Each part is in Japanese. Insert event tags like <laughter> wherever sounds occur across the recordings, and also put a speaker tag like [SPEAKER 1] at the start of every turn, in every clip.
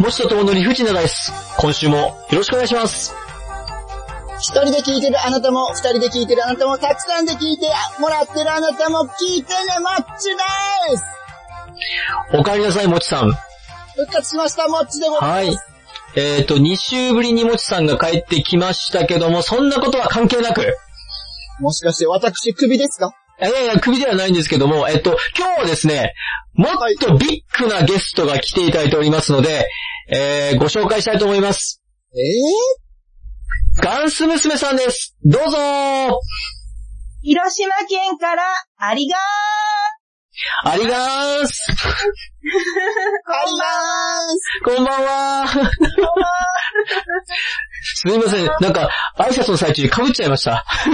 [SPEAKER 1] もちとともの理不尽なダイス。今週もよろしくお願いします。
[SPEAKER 2] 一人で聞いてるあなたも、二人で聞いてるあなたも、たくさんで聞いてもらってるあなたも、聞いてね、もっちです
[SPEAKER 1] お帰りなさい、もちさん。
[SPEAKER 2] 復活しました、もっちでござ
[SPEAKER 1] はいい
[SPEAKER 2] ます。。
[SPEAKER 1] えっ、と、2週ぶりにもちさんが帰ってきましたけども、そんなことは関係なく、
[SPEAKER 2] もしかして私、首ですか
[SPEAKER 1] いやいや、首ではないんですけども、えっと、今日はですね、もっとビッグなゲストが来ていただいておりますので、えー、ご紹介したいと思います。
[SPEAKER 2] ええ
[SPEAKER 1] ガンス娘さんです。どうぞー
[SPEAKER 3] 広島県から、ありが
[SPEAKER 1] ありがーす
[SPEAKER 2] ー、ありまーす
[SPEAKER 1] こんばんは <laughs> すいません、なんか、挨拶の最中に被っちゃいました。
[SPEAKER 3] ー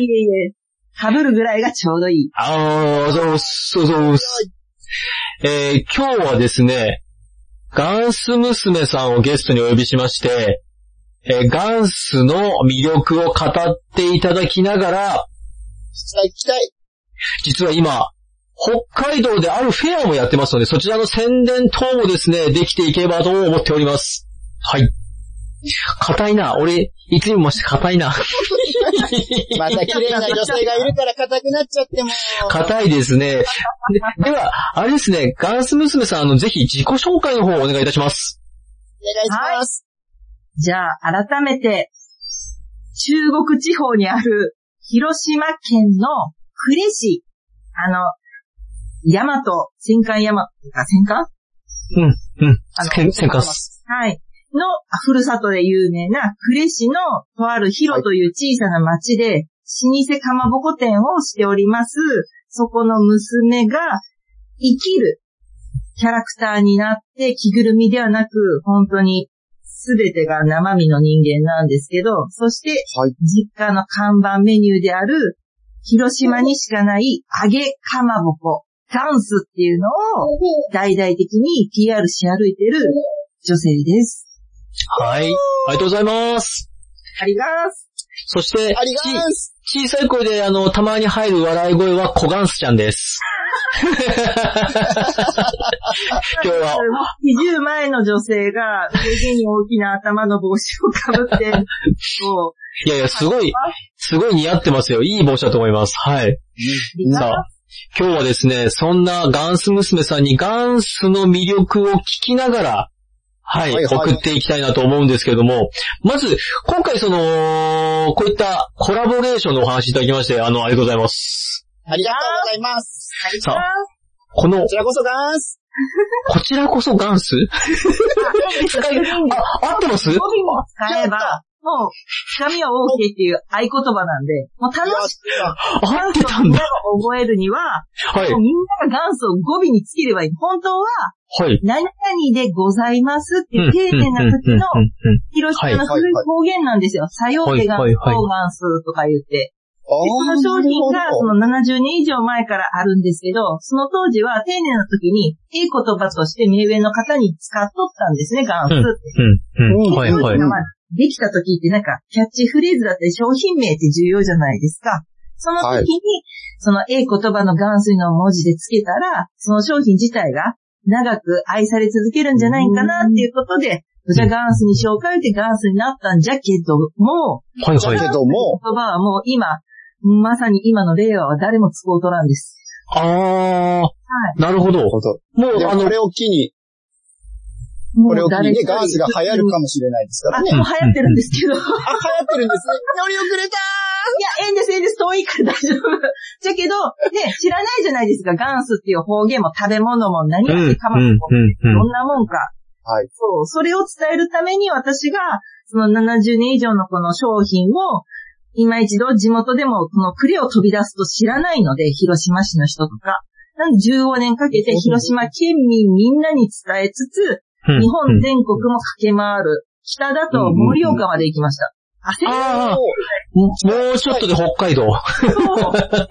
[SPEAKER 3] いえいえ、被るぐらいがちょうどいい。
[SPEAKER 1] あー、そう、そう、そう。えー、今日はですね、ガンス娘さんをゲストにお呼びしまして、えーガンスの魅力を語っていただきながら、
[SPEAKER 2] 期待、期 <laughs> 待。
[SPEAKER 1] 実は今、北海道であるフェアもやってますので、そちらの宣伝等もですね、できていければと思っております。はい。硬いな。俺、いつにもして硬いな。 <laughs>
[SPEAKER 2] また綺麗な女性がいるから硬くなっちゃっても。
[SPEAKER 1] 硬いですね。ででは、あれですね、ガンス娘さん、あの、ぜひ自己紹介の方をお願いいたします。
[SPEAKER 2] お願いします。
[SPEAKER 3] <laughs> じゃあ、改めて、中国地方にある、広島県の呉市、あの、大和、戦艦大和、戦艦
[SPEAKER 1] うん。
[SPEAKER 3] あの
[SPEAKER 1] せんせんかす。
[SPEAKER 3] はい。の、あふるさとで有名な、呉市のとある広という小さな町で、老舗かまぼこ店をしております。そこの娘が、生きるキャラクターになって、着ぐるみではなく、本当に、すべてが生身の人間なんですけど、そして、
[SPEAKER 2] はい。
[SPEAKER 3] 実家の看板メニューである、広島にしかない揚げかまぼこ、ダンスっていうのを、大々的に PR し歩いてる女性です。
[SPEAKER 1] はい。ありがとうございます。
[SPEAKER 3] ありがーす。
[SPEAKER 1] そして、
[SPEAKER 2] ありがーす
[SPEAKER 1] ち小さい声で、あの、たまに入る笑い声は、コガンスちゃん
[SPEAKER 2] <laughs>
[SPEAKER 1] です。今日は、
[SPEAKER 3] 20前の女性が、上下に大きな頭の帽子をかぶって、こう、
[SPEAKER 1] いやいや、すごい、すごい似合ってますよ。いい帽子だと思います。はい。
[SPEAKER 3] リカ
[SPEAKER 1] さあ、今日はですね、そんなガンス娘さんにガンスの魅力を聞きながら、はい、
[SPEAKER 2] はいはい
[SPEAKER 1] 送っていきたいなと思うんですけども、まず、今回その、こういったコラボレーションのお話いただきまして、あの、ありがとうございます。
[SPEAKER 2] ありがとうございます。
[SPEAKER 3] あり
[SPEAKER 1] さ
[SPEAKER 3] がー
[SPEAKER 1] あこの
[SPEAKER 2] こ、ちらこそがーす。
[SPEAKER 1] こちらこそガンス使い、あ、合ってます
[SPEAKER 3] 語尾も使えば、もう、つかみは OK っていう合言葉なんで、もう楽
[SPEAKER 2] よ
[SPEAKER 3] し
[SPEAKER 2] し
[SPEAKER 1] 合って
[SPEAKER 3] く
[SPEAKER 1] た
[SPEAKER 3] み
[SPEAKER 1] ん
[SPEAKER 3] んな
[SPEAKER 1] だ。
[SPEAKER 3] が覚えるには、
[SPEAKER 1] はい
[SPEAKER 3] もう、みんなが元祖を語尾につければいい。本当は、
[SPEAKER 1] はい。
[SPEAKER 3] 何々でございますっていう丁寧な
[SPEAKER 1] うん
[SPEAKER 3] 時の
[SPEAKER 1] うんうんうん
[SPEAKER 3] 広島の古い方言なんですよ。さようてが
[SPEAKER 1] はいはいはい
[SPEAKER 3] ーガンスとか言って。
[SPEAKER 2] あ
[SPEAKER 3] で、この商品がその70年以上前からあるんですけど、その当時は丁寧な時に、いい言葉として目上の方に使っとったんですね、ガンスって。
[SPEAKER 1] うんうんはいはい
[SPEAKER 3] で。まあできた時ってなんか、キャッチフレーズだったり商品名って重要じゃないですか。その時に、そのええ言葉の元帥の文字でつけたら、その商品自体が長く愛され続けるんじゃないかなっていうことで、じゃあガンスに紹介ってガンスになったんじゃけども、
[SPEAKER 1] はい
[SPEAKER 2] だ
[SPEAKER 1] はい。
[SPEAKER 2] けども、
[SPEAKER 3] 言葉はもう今、まさに今の令和は誰も使うとらんです。
[SPEAKER 1] あー、なるほど。もう、
[SPEAKER 2] でも
[SPEAKER 1] あの
[SPEAKER 2] こ、れを機に、
[SPEAKER 3] も
[SPEAKER 2] これを
[SPEAKER 3] う
[SPEAKER 2] 機
[SPEAKER 3] 誰
[SPEAKER 2] に
[SPEAKER 3] 一
[SPEAKER 2] ね、
[SPEAKER 3] 人
[SPEAKER 2] ガースが流行るかもしれないですから
[SPEAKER 3] あ、
[SPEAKER 2] ね。
[SPEAKER 3] もう流行ってるんですけど。いや、
[SPEAKER 2] あ、流行ってるんですね。乗り遅れた
[SPEAKER 3] ええんです、ええんです、遠いから大丈夫。じゃけど、ね、知らないじゃないですか、ガンスっていう方言も食べ物も何
[SPEAKER 1] う
[SPEAKER 3] や
[SPEAKER 1] ん、う
[SPEAKER 3] っ
[SPEAKER 1] ん、う
[SPEAKER 3] てかまぼこ
[SPEAKER 1] ん、うん
[SPEAKER 3] ど。んなもんか。
[SPEAKER 2] はい。
[SPEAKER 3] そう。それを伝えるために私が、その70年以上のこの商品を、今一度地元でもこのクレを飛び出すと知らないので、広島市の人とか。なんで15年かけて広島県民みんなに伝えつつ、
[SPEAKER 1] うん
[SPEAKER 3] 日本全国も駆け回る。北だと盛岡まで行きました。焦り
[SPEAKER 1] あ
[SPEAKER 2] お
[SPEAKER 1] あ、
[SPEAKER 2] ー
[SPEAKER 1] もうちょっとで北海道。
[SPEAKER 3] そう。 <laughs> まだまだ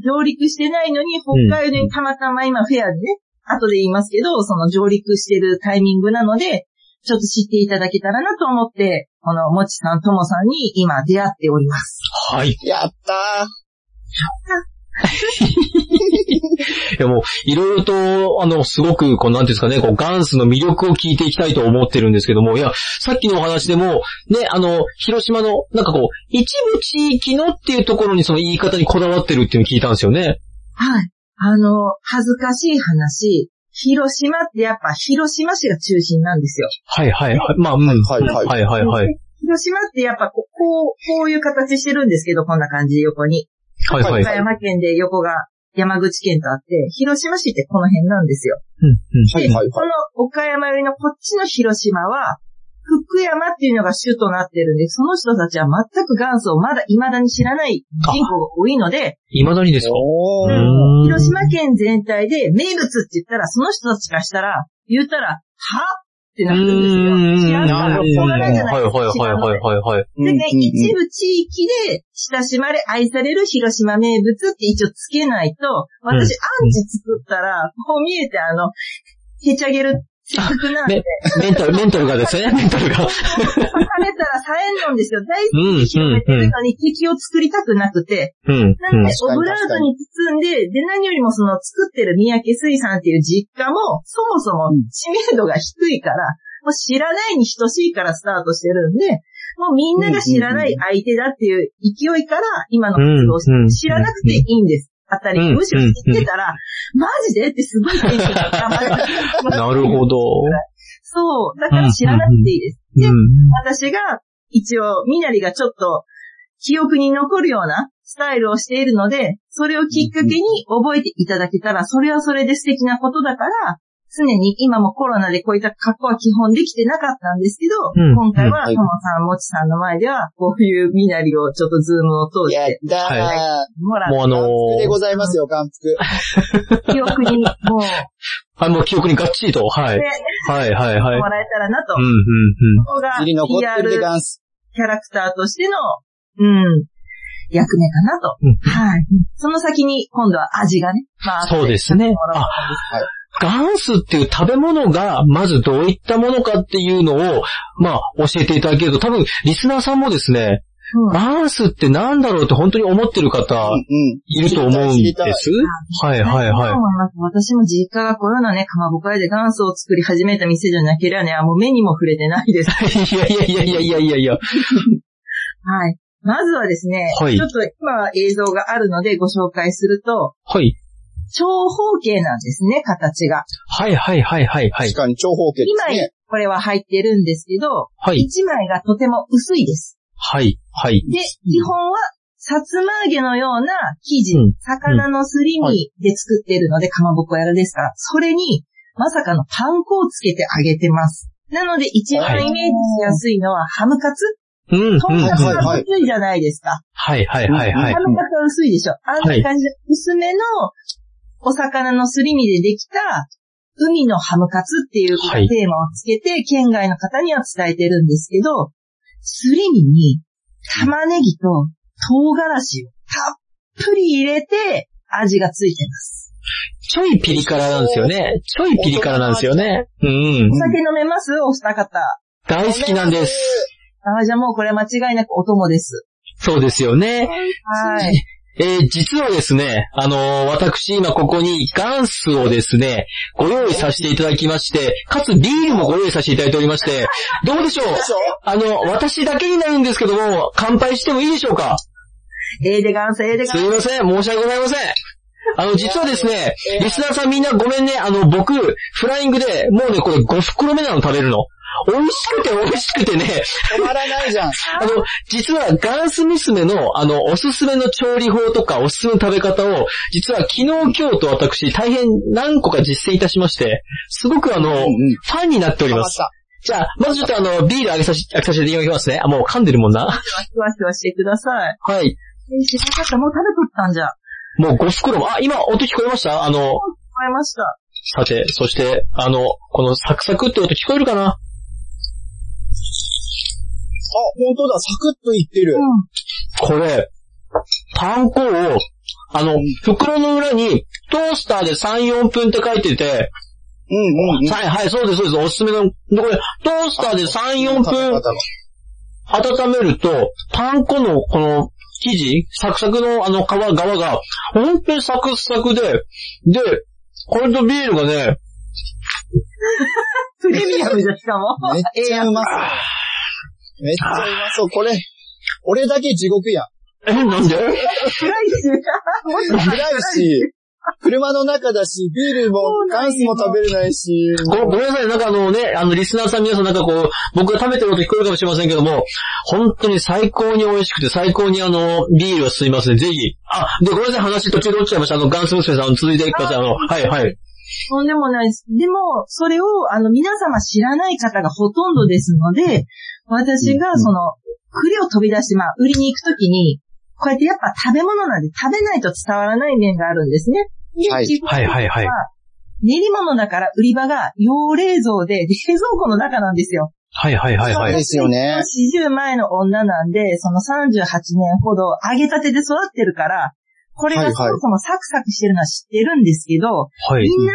[SPEAKER 3] 上陸してないのに、北海道にたまたま今フェアでね、後で言いますけど、その上陸してるタイミングなので、ちょっと知っていただけたらなと思って、このもちさんともさんに今出会っております。
[SPEAKER 1] はい。
[SPEAKER 2] やったー。
[SPEAKER 1] やもう、いろいろと、あの、すごく、こう、なんていうんですかね、こう、ガンスの魅力を聞いていきたいと思ってるんですけども、いや、さっきのお話でも、ね、あの、広島の、なんかこう、一部地域のっていうところにその言い方にこだわってるっていうのを聞いたんですよね。
[SPEAKER 3] はい。あの、恥ずかしい話。広島ってやっぱ広島市が中心なんですよ。
[SPEAKER 1] はいはいはい。まあ、うん。
[SPEAKER 4] はいはい
[SPEAKER 1] はいはいはい。
[SPEAKER 3] 広島ってやっぱこう、こうこういう形してるんですけど、こんな感じで横に。
[SPEAKER 1] はいはい。
[SPEAKER 3] 岡山県で横が山口県とあって、広島市ってこの辺なんですよ。
[SPEAKER 1] うんうん
[SPEAKER 4] はいはい
[SPEAKER 3] こ
[SPEAKER 4] はい。
[SPEAKER 3] の岡山よりのこっちの広島は、福山っていうのが主となってるんで、その人たちは全く元祖をまだ未だに知らない人口が多いので、
[SPEAKER 1] 未だにですか
[SPEAKER 4] お
[SPEAKER 1] う
[SPEAKER 4] ー
[SPEAKER 1] ん
[SPEAKER 3] 広島県全体で名物って言ったら、その人たちからしたら、言ったら、はってなるんですよ。知らん
[SPEAKER 1] な
[SPEAKER 3] か
[SPEAKER 1] る
[SPEAKER 3] ら
[SPEAKER 1] ほど。
[SPEAKER 3] 知
[SPEAKER 1] は
[SPEAKER 3] ら
[SPEAKER 1] い
[SPEAKER 3] ないじゃないですか。
[SPEAKER 1] はいはいはいはいはい。
[SPEAKER 3] でね、一
[SPEAKER 4] 部。
[SPEAKER 3] 部地域で親しまれ愛される広島名物って一応つけないと、
[SPEAKER 1] うん
[SPEAKER 3] 私アンチ作ったら、こう見えてあの、へちゃげる性格なんで、
[SPEAKER 1] メンタル、メンタルがですね、メンタルが。
[SPEAKER 3] 刺されたらさえんのんですよ。大好
[SPEAKER 1] うん、うん
[SPEAKER 3] き、広めてるのに敵を作りたくなくて、
[SPEAKER 1] うん、
[SPEAKER 3] な
[SPEAKER 1] う
[SPEAKER 3] ん
[SPEAKER 1] ん
[SPEAKER 3] で。オブラートに包んで、で何よりもその作ってる三宅水産っていう実家も、そもそも知名度が低いから、もう知らないに等しいからスタートしてるんで、もうみんなが知らない相手だっていう勢いから、今の活動をして
[SPEAKER 1] うんうん
[SPEAKER 3] 知らなくていいんです。あたり、
[SPEAKER 1] うん
[SPEAKER 3] むしろ知ってたら、マジでってすごいテンションが高まる。
[SPEAKER 1] <laughs> なるほど。
[SPEAKER 3] そう。だから知らなくていいです。
[SPEAKER 1] う
[SPEAKER 3] で
[SPEAKER 1] ん。
[SPEAKER 3] 私が一応、みなりがちょっと記憶に残るようなスタイルをしているので、それをきっかけに覚えていただけたら、それはそれで素敵なことだから、常に今もコロナでこういった格好は基本できてなかったんですけど、
[SPEAKER 1] うん
[SPEAKER 3] 今回は
[SPEAKER 4] うんはい
[SPEAKER 3] ともさん、もちさんの前では、こういうみなりをちょっとズームを通し
[SPEAKER 2] やってたー。
[SPEAKER 1] は
[SPEAKER 3] もらっ
[SPEAKER 1] もうあの
[SPEAKER 2] 眼福でご
[SPEAKER 1] ー、
[SPEAKER 2] ざいますよ、眼福。
[SPEAKER 3] て、記憶にもう、
[SPEAKER 1] あ、もう記憶にガッチリと、はい
[SPEAKER 3] ね。
[SPEAKER 1] はいはいはい
[SPEAKER 3] も。らえたらなと
[SPEAKER 1] うん、。うん、
[SPEAKER 3] ここが
[SPEAKER 2] 尻残ってるで
[SPEAKER 3] PR
[SPEAKER 2] ガンス。
[SPEAKER 3] キャラクターとしての、うん、役目かなと。
[SPEAKER 1] うん
[SPEAKER 3] はい。その先に、今度は味がね。まあ、
[SPEAKER 1] そうですね
[SPEAKER 3] あ
[SPEAKER 1] ガンスっていう食べ物が、まずどういったものかっていうのを、まあ、教えていただけると、多分、リスナーさんもですね、
[SPEAKER 3] うん
[SPEAKER 1] ガンスってなんだろうって本当に思ってる方
[SPEAKER 2] う、ん
[SPEAKER 1] いると思うん
[SPEAKER 2] 知り
[SPEAKER 1] で
[SPEAKER 2] たい
[SPEAKER 1] す。はいはいはい。
[SPEAKER 3] 私も実家がこういうのね、かまぼこ屋で元祖を作り始めた店じゃなければね、あもう目にも触れてないです。
[SPEAKER 1] いやいやいやいやいやいやいや。
[SPEAKER 3] はい。まずはですね、
[SPEAKER 1] はい
[SPEAKER 3] ちょっと今映像があるのでご紹介すると、
[SPEAKER 1] はい。
[SPEAKER 3] 長方形なんですね、形が。
[SPEAKER 1] はいはいはいはいは
[SPEAKER 4] 確
[SPEAKER 1] い。
[SPEAKER 4] かに長方形で
[SPEAKER 3] 2
[SPEAKER 4] す
[SPEAKER 3] 枚
[SPEAKER 4] ね。、
[SPEAKER 3] これは入ってるんですけど、
[SPEAKER 1] はい。
[SPEAKER 3] 1枚がとても薄いです。
[SPEAKER 1] はい。はい。
[SPEAKER 3] で、基本は、さつま揚げのような生地、
[SPEAKER 1] うん
[SPEAKER 3] 魚のすり
[SPEAKER 4] は
[SPEAKER 3] 身で作っているので、かまぼこやらですから、それに、まさかのパン粉をつけて揚げてます。なので、一
[SPEAKER 1] は
[SPEAKER 3] 番
[SPEAKER 1] い
[SPEAKER 3] イメージしやすいのは、ハムカツ
[SPEAKER 1] うん。うん。うん
[SPEAKER 3] トンカツ
[SPEAKER 1] はい
[SPEAKER 3] が薄いじゃないですか。
[SPEAKER 1] はいはいはい
[SPEAKER 3] ハ。ムカツは薄いでしょ。あんな感じで、薄めのお魚のすり身でできた、海のハムカツっていう
[SPEAKER 1] はい
[SPEAKER 3] テーマをつけて、県外の方には伝えてるんですけど、すり身に玉ねぎと唐辛子をたっぷり入れて、味がついてます。
[SPEAKER 1] ちょいピリ辛なんですよね。ちょいピリ辛なんですよね。うん
[SPEAKER 3] お。酒飲めますお二方。
[SPEAKER 1] 大好きなんです。
[SPEAKER 3] ああ、じゃあもうこれ間違いなくお供です。
[SPEAKER 1] そうですよね。
[SPEAKER 3] はい。
[SPEAKER 1] えー実はですね、あのー私今ここにガンスをですね、ご用意させていただきまして、かつビールもご用意させていただいておりまして、どうでしょう
[SPEAKER 2] どうでしょう
[SPEAKER 1] あの、私だけになるんですけども、乾杯してもいいでしょうか
[SPEAKER 3] ええでがんせ、ええでがん
[SPEAKER 1] す
[SPEAKER 3] せ。
[SPEAKER 1] いません、申し訳ございません。あの、実はですね、リスナーさんみんなごめんね、あの、僕、フライングで、もうね、これ5袋目なの食べるの。美味しくて美味しくてね、
[SPEAKER 2] 止まらないじゃん。
[SPEAKER 1] あの、実はガンス娘の、あの、おすすめの調理法とかおすすめの食べ方を、実は昨日今日と私、大変何個か実践いたしまして、すごくあの、
[SPEAKER 4] うんうん
[SPEAKER 1] ファンになっており
[SPEAKER 2] 止ま
[SPEAKER 1] ま
[SPEAKER 2] っ
[SPEAKER 1] す。
[SPEAKER 2] た。
[SPEAKER 1] じゃあ、まずちょっとあの、ビールあげさせ、あげさせていただきますね。あ、もう噛んでるもんな。
[SPEAKER 3] ふわふわしてください。
[SPEAKER 1] はい。
[SPEAKER 3] え、知らなかった。もう食べとったんじゃ。聞
[SPEAKER 1] もう5袋も、あ、今音聞こえましたあの、
[SPEAKER 3] こえました。
[SPEAKER 1] さて、そして、あの、このサクサクって音聞こえるかな
[SPEAKER 2] あ、本当だ、サクッといってる。
[SPEAKER 3] うん。
[SPEAKER 1] これ、パン粉を、あの、袋の裏に、トースターで3、4分って書いてて、
[SPEAKER 4] うんうんうん。
[SPEAKER 1] はい、はい、そうです、そうです、おすすめの、でこれ、トースターで3、4分
[SPEAKER 4] 食べ方が
[SPEAKER 1] 温めると、パン粉のこの生地、サクサクのあの皮、側が、ほんとにサクサクで、で、これとビールがね、
[SPEAKER 3] プレミアムじゃしかも。
[SPEAKER 2] めっちゃうまそう。めっちゃうまそう。これ、俺だけ地獄やん。
[SPEAKER 1] え、なんで
[SPEAKER 3] 暗いし。もしかした
[SPEAKER 2] 暗
[SPEAKER 3] ら
[SPEAKER 2] いし、車の中だし、ビールも
[SPEAKER 3] そう、
[SPEAKER 2] ガ
[SPEAKER 3] なん
[SPEAKER 2] ン
[SPEAKER 3] よ
[SPEAKER 2] スも食べれないし、
[SPEAKER 1] ごごめんなさい、なんかあのね、あの、リスナーさん皆さんなんかこう、僕が食べてること聞こえるかもしれませんけども、本当に最高に美味しくて、最高にあの、ビールを進みますね、ぜひ。あ、で、ごめんなさい、話途中で落ちちゃいました。あの、ガンス娘さん続いてください。あの、はい、はい。
[SPEAKER 3] とんでもないです。でも、それを、あの、皆様知らない方がほとんどですので、私が、その、栗を飛び出して、まあ、売りに行くときに、こうやってやっぱ食べ物なんで食べないと伝わらない面があるんですね。で
[SPEAKER 2] はい
[SPEAKER 3] 地方
[SPEAKER 1] はい、はい、はい。
[SPEAKER 3] 練り物だから売り場が用冷蔵で、で冷蔵庫の中なんですよ。
[SPEAKER 1] はい、はい、はい、は
[SPEAKER 2] そう
[SPEAKER 1] い。
[SPEAKER 2] ですよね。
[SPEAKER 3] 40前の女なんで、その38年ほど揚げたてで育ってるから、これ
[SPEAKER 2] はいは
[SPEAKER 3] が
[SPEAKER 2] い
[SPEAKER 3] そもそもサクサクしてるのは知ってるんですけど、
[SPEAKER 1] はい。
[SPEAKER 3] みんな、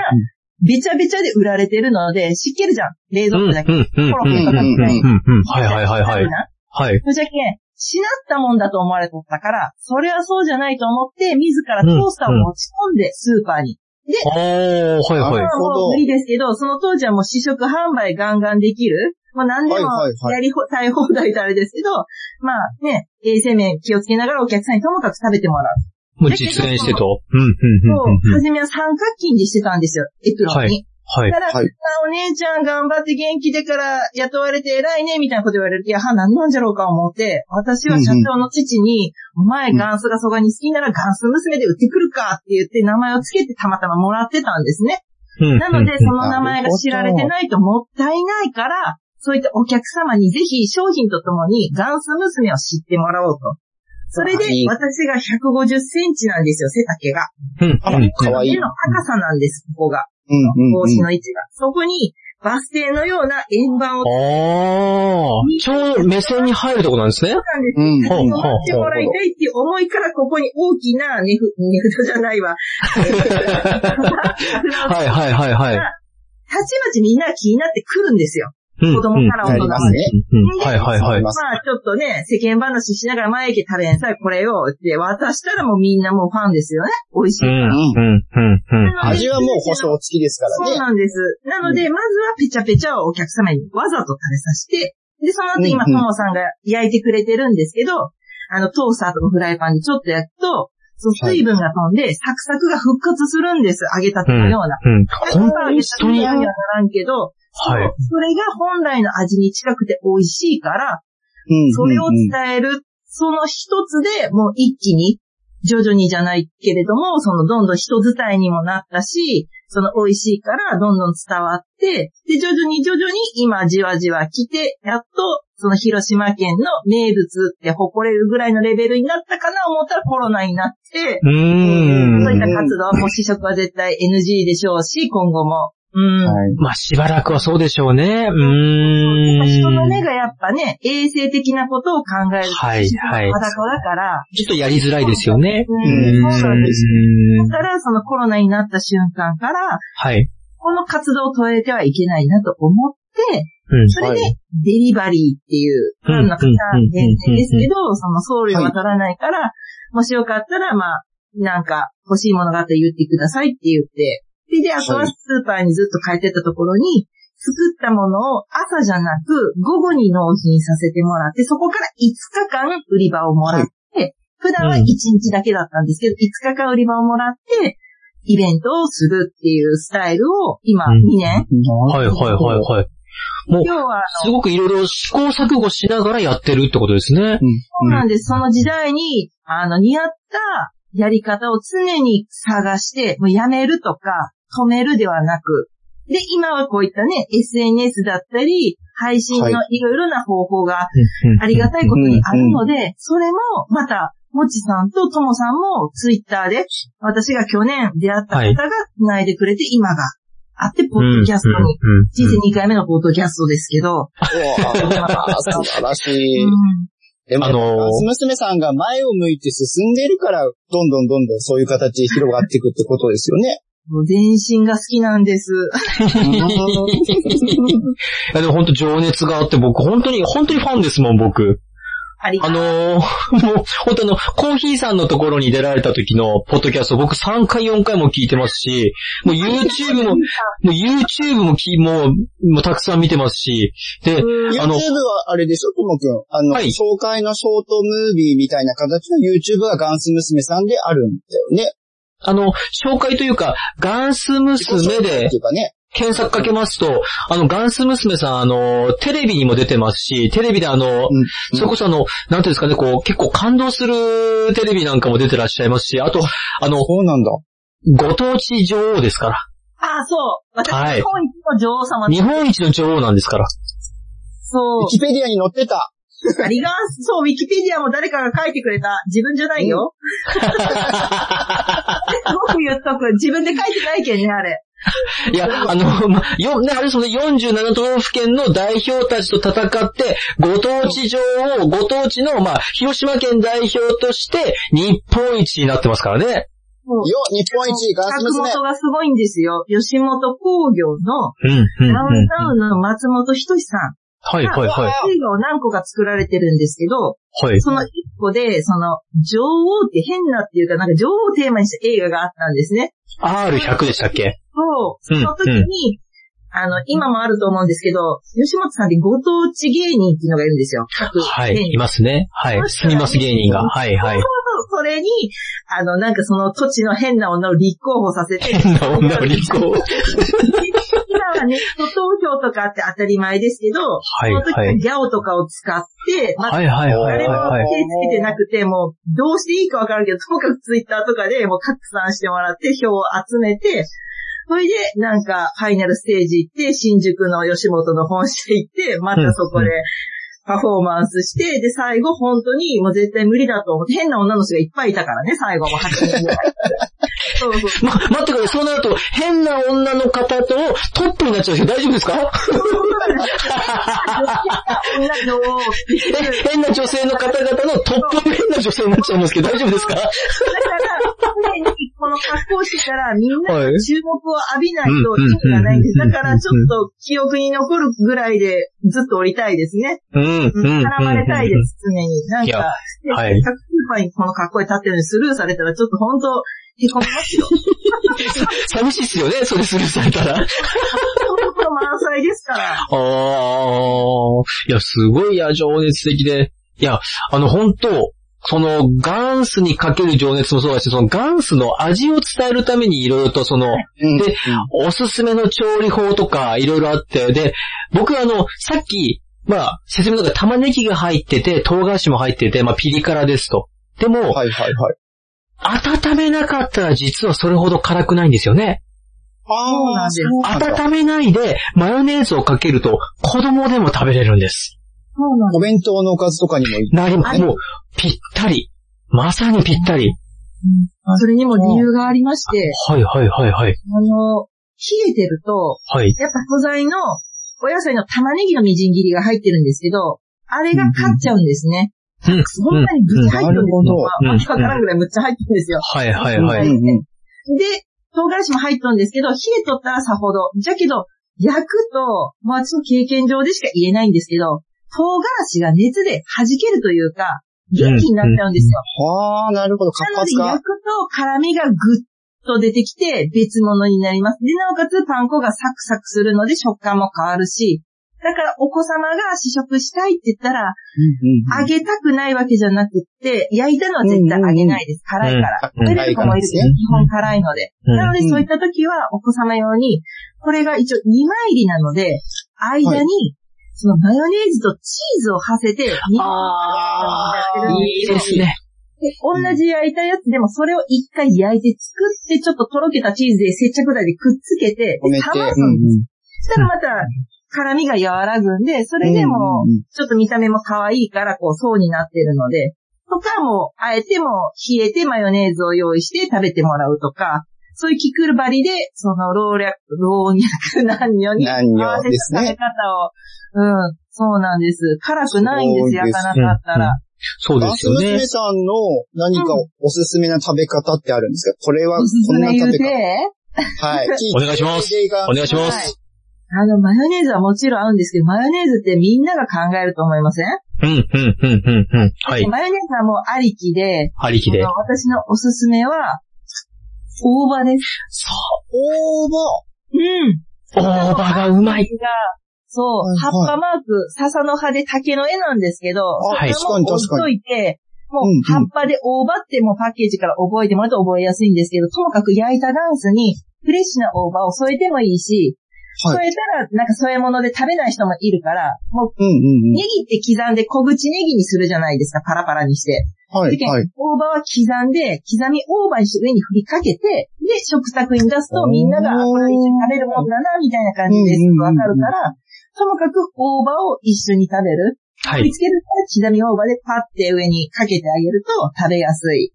[SPEAKER 3] べちゃべちゃで売られてるので、湿気るじゃん。冷
[SPEAKER 1] う
[SPEAKER 3] 蔵
[SPEAKER 1] ん、うん、
[SPEAKER 3] 庫だ
[SPEAKER 1] う
[SPEAKER 3] け。
[SPEAKER 1] ん、うん、
[SPEAKER 3] コロコロ
[SPEAKER 1] うん。
[SPEAKER 3] とかみたいに。
[SPEAKER 1] うん、うん、はい、はい、はい、はい。はい。
[SPEAKER 3] それじゃけん、しなったもんだと思われとったから、それはそうじゃないと思って、自らトースターを持ち込んで、スーパーに。
[SPEAKER 1] おー、はい、
[SPEAKER 3] 今
[SPEAKER 1] はい。
[SPEAKER 3] はもう無理ですけど、その当時はもう試食販売ガンガンできる。もう何でも
[SPEAKER 2] はいはいはい
[SPEAKER 3] やりほ、たい放題ってあれですけど、まあね、衛生面気をつけながらお客さんにともかく食べてもらう。
[SPEAKER 1] もう実演してと。うん、うん、うん、うん。
[SPEAKER 3] 初めは三角巾にしてたんですよ、エプロ
[SPEAKER 1] は
[SPEAKER 3] ンに。
[SPEAKER 1] いはい。
[SPEAKER 3] ただ、
[SPEAKER 2] はい
[SPEAKER 3] あお姉ちゃん頑張って元気でから雇われて偉いね、みたいなこと言われる。いや、は、何なんじゃろうか思って、私は社長の父に、お前ガンスがそばに好きならガンス娘で売ってくるかって言って名前をつけてたまたまもらってたんですね。
[SPEAKER 2] <laughs>
[SPEAKER 1] うん
[SPEAKER 3] なので、その名
[SPEAKER 2] な
[SPEAKER 3] 前
[SPEAKER 2] る
[SPEAKER 3] が
[SPEAKER 2] ほど
[SPEAKER 3] 知られてないともったいないから、そういったお客様にぜひ商品とともにガンス娘を知ってもらおうと。それで
[SPEAKER 2] はい、
[SPEAKER 3] 私が150センチなんですよ、背丈が。
[SPEAKER 1] うん、うん、うん。
[SPEAKER 2] かわいい
[SPEAKER 3] 目。の高さなんです、ここが。
[SPEAKER 2] うんうん
[SPEAKER 3] 帽
[SPEAKER 2] う
[SPEAKER 3] 子
[SPEAKER 2] ん。
[SPEAKER 3] の位置が。そこに、バス停のような円盤をつ
[SPEAKER 1] あー、ちょうど目線に入るとこなんですね。
[SPEAKER 3] けたんです
[SPEAKER 2] うん
[SPEAKER 3] けど、
[SPEAKER 1] うん
[SPEAKER 3] 乗ってもらいたいっていう思いから、ここに大きな値札値札じゃないわ。 <laughs>
[SPEAKER 1] はいはいはいはい。
[SPEAKER 3] たちまちみんな気になってくるんですよ。
[SPEAKER 1] うん
[SPEAKER 3] 子供から大
[SPEAKER 2] なりま
[SPEAKER 3] 人ますで。
[SPEAKER 2] ね。
[SPEAKER 1] うんうんはいはいはい。
[SPEAKER 2] ま
[SPEAKER 3] ますあ、ちょっとね、世間話しながら前駅食べんさい、これを。って渡したらもうみんなもうファンですよね。美味し
[SPEAKER 1] う
[SPEAKER 3] い。
[SPEAKER 1] ん、うん、うん、うん。
[SPEAKER 3] なので
[SPEAKER 2] 味はもう保証付きですか
[SPEAKER 3] そう
[SPEAKER 2] らね。
[SPEAKER 3] なんです。なので、まずはペチャペチャをお客様にわざと食べさせて、で、その後今、
[SPEAKER 2] う
[SPEAKER 3] と
[SPEAKER 2] んうん
[SPEAKER 3] もさんが焼いてくれてるんですけど、あの、トースターとかフライパンでちょっと焼くと、その水分が飛んで、サクサクが復活するんです。揚げたてのような。
[SPEAKER 1] うん。
[SPEAKER 3] 本当に
[SPEAKER 1] 当に
[SPEAKER 3] にはならんけど、
[SPEAKER 1] はい。
[SPEAKER 3] それが本来の味に近くて美味しいから、
[SPEAKER 2] うん
[SPEAKER 3] それを伝える、その一つでもう一気に、徐々にじゃないけれども、そのどんどん人伝いにもなったし、その美味しいからどんどん伝わって、で、徐々に徐々に今じわじわ来て、やっとその広島県の名物って誇れるぐらいのレベルになったかな思ったらコロナになって、
[SPEAKER 1] うー
[SPEAKER 3] そういっ
[SPEAKER 1] ん。
[SPEAKER 3] た活動も試食は絶対 NG でしょうし、今後も。うん。
[SPEAKER 2] はい。
[SPEAKER 1] まあしばらくはそうでしょうね。うーん。
[SPEAKER 3] 人の目がやっぱね、衛生的なことを考えると、
[SPEAKER 1] はいはい
[SPEAKER 3] 裸だから、
[SPEAKER 1] ちょっとやりづらいですよね。
[SPEAKER 3] う、
[SPEAKER 1] うん
[SPEAKER 3] そうなんです。
[SPEAKER 1] ー
[SPEAKER 3] だ
[SPEAKER 1] ん
[SPEAKER 3] から、そのコロナになった瞬間から、
[SPEAKER 1] はい。
[SPEAKER 3] この活動を問えてはいけないなと思って、
[SPEAKER 1] うん。
[SPEAKER 3] それで
[SPEAKER 2] は
[SPEAKER 3] デリバリーっていう、ファンの方限定ですけど、その送料は取らないから、もしよかったら、まあ、なんか欲しいものがあったら言ってくださいって言って、で、で、あとはスーパーにずっと帰ってたところに、作ったものを朝じゃなく午後に納品させてもらって、そこから5日間売り場をもらって、普段は1日だけだったんですけど、5日間売り場をもらって、イベントをするっていうスタイルを今
[SPEAKER 1] うん
[SPEAKER 3] 2年、
[SPEAKER 1] はいはいはいはい。お
[SPEAKER 3] 要は
[SPEAKER 1] すごくいろいろ試行錯誤しながらやってるってことですね。
[SPEAKER 2] <laughs>
[SPEAKER 3] そうなんです。その時代に、あの、似合ったやり方を常に探して、もうやめるとか、止めるではなく、で、今はこういったね、SNS だったり、配信のいろいろな方法がありがたいことにあるので、それも、また、もちさんとともさんも、ツイッターで、私が去年出会った方が繋いでくれて、今があって、ポッドキャストに、
[SPEAKER 1] うんうんうん
[SPEAKER 3] 人生2回目のポッドキャストですけど、
[SPEAKER 2] うわあ素晴らし
[SPEAKER 3] <laughs> う
[SPEAKER 2] い。
[SPEAKER 3] ん
[SPEAKER 2] でも、
[SPEAKER 1] あ
[SPEAKER 2] あ
[SPEAKER 1] のー
[SPEAKER 2] の娘さんが前を向いて進んでいるから、どんどんどんどんそういう形で広がっていくってことですよね。
[SPEAKER 3] もう全身が好きなんです。
[SPEAKER 1] いやでも本当情熱があって僕本当に、本当にファンですもん僕。
[SPEAKER 3] ありが
[SPEAKER 1] あ
[SPEAKER 3] とう。
[SPEAKER 1] のー、 <laughs> もう、本当あの、コーヒーさんのところに出られた時のポッドキャスト、僕3回4回も聞いてますし、もう YouTube
[SPEAKER 2] <laughs>
[SPEAKER 1] も、もう YouTube もき、もう、もうたくさん見てますし、で、
[SPEAKER 3] うん
[SPEAKER 2] YouTube
[SPEAKER 1] あの
[SPEAKER 2] はあれでしょともくん。あの、
[SPEAKER 1] はい
[SPEAKER 2] 紹介のショートムービーみたいな形の YouTube がガンス娘さんであるんだよね。
[SPEAKER 1] あの、紹介というか、ガンス
[SPEAKER 2] っ
[SPEAKER 1] 娘で
[SPEAKER 2] ていうかね。
[SPEAKER 1] 検索かけますと、あの、ガンス娘さん、あの、テレビにも出てますし、テレビであの、
[SPEAKER 2] うん
[SPEAKER 1] それこそあの、なんていうんですかね、こう、結構感動するテレビなんかも出てらっしゃいますし、あと、あの、
[SPEAKER 2] そうなんだ。
[SPEAKER 1] ご当地女王ですから。
[SPEAKER 3] あ、そう。私、
[SPEAKER 1] はい
[SPEAKER 3] 日本一の女王様
[SPEAKER 1] 日本一の女王なんですから。
[SPEAKER 3] そ
[SPEAKER 2] ウィキペディアに載ってた。
[SPEAKER 3] う。ありがそう、ウィキペディアも誰かが書いてくれた。自分じゃな
[SPEAKER 1] <laughs>
[SPEAKER 3] いよ。すごく言っとく。自分で書いてないけんね、あれ。
[SPEAKER 1] いや、あの、ま、よ、ね、あれその47都道府県の代表たちと戦って、ご当地女王、ご当地の、まあ、広島県代表として、日本一になってますからね。
[SPEAKER 3] そう
[SPEAKER 2] よ、日本一ガンス
[SPEAKER 3] 企
[SPEAKER 2] 娘
[SPEAKER 3] 元。がすごいんですよ。吉本興業の
[SPEAKER 1] うん、うん、
[SPEAKER 3] ダウンタ
[SPEAKER 1] は
[SPEAKER 3] ウンの松本人志さん
[SPEAKER 1] い、はい、は
[SPEAKER 3] 映画を何個か作られてるんですけど、
[SPEAKER 1] い。はい。
[SPEAKER 3] その一個で、その、女王って変なっていうか、なんか女王をテーマにした映画があったんですね。
[SPEAKER 1] R100 でしたっけ
[SPEAKER 3] そう。
[SPEAKER 1] うん
[SPEAKER 3] その時に、あの、今もあると思うんですけど、吉本さんってご当地芸人っていうのがいるんですよ。各
[SPEAKER 1] はい、
[SPEAKER 3] 県
[SPEAKER 1] い
[SPEAKER 3] に
[SPEAKER 1] ますね。はい。すみます芸人が。はい、はい。
[SPEAKER 3] それに、あの、なんかその土地の変な女を立候補させて、
[SPEAKER 1] <laughs> 変な女を立候補。
[SPEAKER 3] 今はネット投票とかって当たり前ですけど、
[SPEAKER 1] い
[SPEAKER 3] その時
[SPEAKER 1] は
[SPEAKER 3] はいギャオとかを使って、まあ
[SPEAKER 1] はい、はい、はい、
[SPEAKER 3] 誰も
[SPEAKER 1] はいはい。
[SPEAKER 3] 手つけてなくて、もう、どうしていいかわからんけど、ともかくツイッターとかでもう拡散してもらって、票を集めて、それで、なんか、ファイナルステージ行って、新宿の吉本の本社行って、またそこで、パフォーマンスして、で、最後、本当に、もう絶対無理だと思って、変な女の人がいっぱいいたからね、最後も8人ぐらい。そう
[SPEAKER 1] <laughs>
[SPEAKER 3] そう。
[SPEAKER 1] ま、待ってください。そうなると、変な女の方とトップになっちゃうんですけど、大丈夫ですか
[SPEAKER 3] 女の王っていう
[SPEAKER 1] え変な女性の方々のトップ変な女性になっちゃうんですけど、大丈夫ですか
[SPEAKER 3] だから、常にこの格好してたら、みんな
[SPEAKER 1] はい
[SPEAKER 3] に注目を浴びないと
[SPEAKER 1] うん
[SPEAKER 3] 意味がないんです。
[SPEAKER 1] うん
[SPEAKER 3] だから、ちょっと記憶に残るぐらいでずっと降りたいですね。
[SPEAKER 1] うん、
[SPEAKER 3] 絡まれたいです、常に。なん
[SPEAKER 1] いや
[SPEAKER 3] か、
[SPEAKER 1] はい
[SPEAKER 3] タクーパーにこの格好で立ってるのにスルーされたら、ちょっと本当、へこみますよ。
[SPEAKER 1] 寂しいっすよね、それスルーされたら。
[SPEAKER 3] そういうところ満載ですから。
[SPEAKER 1] あー、いや、すごい、いや、情熱的で。いや、あの、本当その、ガンスにかける情熱もそうだし、そのガンスの味を伝えるためにいろいろとその、
[SPEAKER 2] うん
[SPEAKER 1] でおすすめの調理法とかいろいろあって、で、僕あの、さっき、まあ、説明の中で玉ねぎが入ってて、唐辛子も入ってて、まあ、ピリ辛ですと。でも、
[SPEAKER 2] はいはいはい。
[SPEAKER 1] 温めなかったら実はそれほど辛くないんですよね。
[SPEAKER 3] そうな
[SPEAKER 2] あ
[SPEAKER 3] ん
[SPEAKER 2] あ、
[SPEAKER 3] です
[SPEAKER 2] そうなんだ。
[SPEAKER 1] 温めないでマヨネーズをかけると子供でも食べれるんです。
[SPEAKER 3] そうなん
[SPEAKER 2] お弁当のおかずとかにもいい。
[SPEAKER 1] なりも
[SPEAKER 3] はいう
[SPEAKER 1] ぴったり。まさにぴったり。
[SPEAKER 3] それにも理由がありまして、
[SPEAKER 1] はいはいはいはい。
[SPEAKER 3] あの、冷えてると、
[SPEAKER 1] はい。
[SPEAKER 3] やっぱ素材の、お野菜の玉ねぎのみじん切りが入ってるんですけど、あれが勝っちゃうんですね。
[SPEAKER 1] うん
[SPEAKER 3] そんなにぶち入ってるんです
[SPEAKER 2] うん
[SPEAKER 3] よ。
[SPEAKER 1] うん
[SPEAKER 3] まあわけわからんぐらいむっちゃ入ってるんですよ。
[SPEAKER 1] はいはい
[SPEAKER 2] うん
[SPEAKER 1] は
[SPEAKER 2] う
[SPEAKER 1] い。
[SPEAKER 2] んうん。
[SPEAKER 3] で、唐辛子も入っとるんですけど、冷えとったらさほど。じゃけど、焼くと、まあちょっと経験上でしか言えないんですけど、唐辛子が熱で弾けるというか、元気になっちゃうんですよ。
[SPEAKER 2] はあ、なるほど、活
[SPEAKER 3] なの
[SPEAKER 2] 発
[SPEAKER 3] で
[SPEAKER 2] か
[SPEAKER 3] 焼。くと辛味がぐっと出てきて別物になります。で、なおかつパン粉がサクサクするので食感も変わるし、だからお子様が試食したいって言ったら、
[SPEAKER 2] うんうんう
[SPEAKER 3] 揚
[SPEAKER 2] ん
[SPEAKER 3] げたくないわけじゃなくって、焼いたのは絶対揚げないです。辛いから。
[SPEAKER 2] うん
[SPEAKER 3] 食べる子もいるけど、
[SPEAKER 2] うん
[SPEAKER 3] 基本辛いので。
[SPEAKER 1] うん
[SPEAKER 3] なので
[SPEAKER 2] うん
[SPEAKER 3] そういった時はお子様用に、これが一応2枚入りなので、間に、そのマヨネーズとチーズをはせて、二枚入れるん
[SPEAKER 1] いいですね。
[SPEAKER 3] で、同じ焼いたやつでもそれを一回焼いて作って、ちょっととろけたチーズで接着剤でくっつけて、
[SPEAKER 2] 止め
[SPEAKER 3] で
[SPEAKER 2] て。
[SPEAKER 3] 冷ます
[SPEAKER 2] うん
[SPEAKER 3] です。
[SPEAKER 2] ん
[SPEAKER 3] そしたらまた、辛味が和らぐんで、そ
[SPEAKER 2] うん
[SPEAKER 3] れでも
[SPEAKER 2] うんう、ん
[SPEAKER 3] ちょっと見た目も可愛いから、こう、層になってるので、とかも、あえても、冷えてマヨネーズを用意して食べてもらうとか、そういう気くるばりで、その、老若、老若男女に
[SPEAKER 2] 何
[SPEAKER 3] 合わ
[SPEAKER 2] よ
[SPEAKER 3] せ
[SPEAKER 2] です
[SPEAKER 3] た食べ
[SPEAKER 2] ね。
[SPEAKER 3] 方を、うん、そうなんです。辛くないんです、
[SPEAKER 2] そうで
[SPEAKER 3] 焼
[SPEAKER 2] す
[SPEAKER 3] かなかったら。
[SPEAKER 1] そうで
[SPEAKER 2] ガン
[SPEAKER 1] す
[SPEAKER 2] ス
[SPEAKER 1] よね
[SPEAKER 2] 娘。さんの何かおすすめな食べ方ってあるんですかこれは
[SPEAKER 3] おすす
[SPEAKER 2] こんな
[SPEAKER 3] め言
[SPEAKER 2] 食べ
[SPEAKER 3] うて
[SPEAKER 2] 方。はい。
[SPEAKER 1] お願いします
[SPEAKER 2] お
[SPEAKER 1] お願いします。
[SPEAKER 3] あの、マヨネーズはもちろん合うんですけど、マヨネーズってみんなが考えると思いません、
[SPEAKER 1] うん、うん、うん、うん、うん。はい。
[SPEAKER 3] マヨネーズはもうありきで、
[SPEAKER 1] ありきで
[SPEAKER 3] あ。の私のおすすめは、大葉です。
[SPEAKER 2] 応募
[SPEAKER 3] うん。
[SPEAKER 1] 大葉がうまい。
[SPEAKER 3] そう、
[SPEAKER 2] はい
[SPEAKER 3] 葉っぱマーク、笹の葉で竹の絵なんですけど、
[SPEAKER 1] はい
[SPEAKER 3] それも置いといて、も
[SPEAKER 2] うんう
[SPEAKER 3] うん葉っぱで大葉ってもうパッケージから覚えてもらうと覚えやすいんですけど、ともかく焼いたガンスにフレッシュな大葉を添えてもいいし、
[SPEAKER 2] はい
[SPEAKER 3] 添えたらなんか添え物で食べない人もいるから、も
[SPEAKER 2] う
[SPEAKER 3] う
[SPEAKER 2] んうん
[SPEAKER 3] ネギって刻んで小口ネギにするじゃないですか、パラパラにして。
[SPEAKER 2] うん。はい
[SPEAKER 3] で、
[SPEAKER 2] はい。
[SPEAKER 3] 大葉は刻んで、刻み大葉にして上に振りかけて、で、食卓に出すとみんなが、あ
[SPEAKER 2] おー
[SPEAKER 3] これ一緒に食べるもんだな、みたいな感じです
[SPEAKER 2] うんうんうん
[SPEAKER 3] わかるから、ともかく大葉を一緒に食べる。
[SPEAKER 1] は
[SPEAKER 3] 盛り
[SPEAKER 1] い。
[SPEAKER 3] 付けるから刻み大葉でパッて上にかけてあげると食べやすい。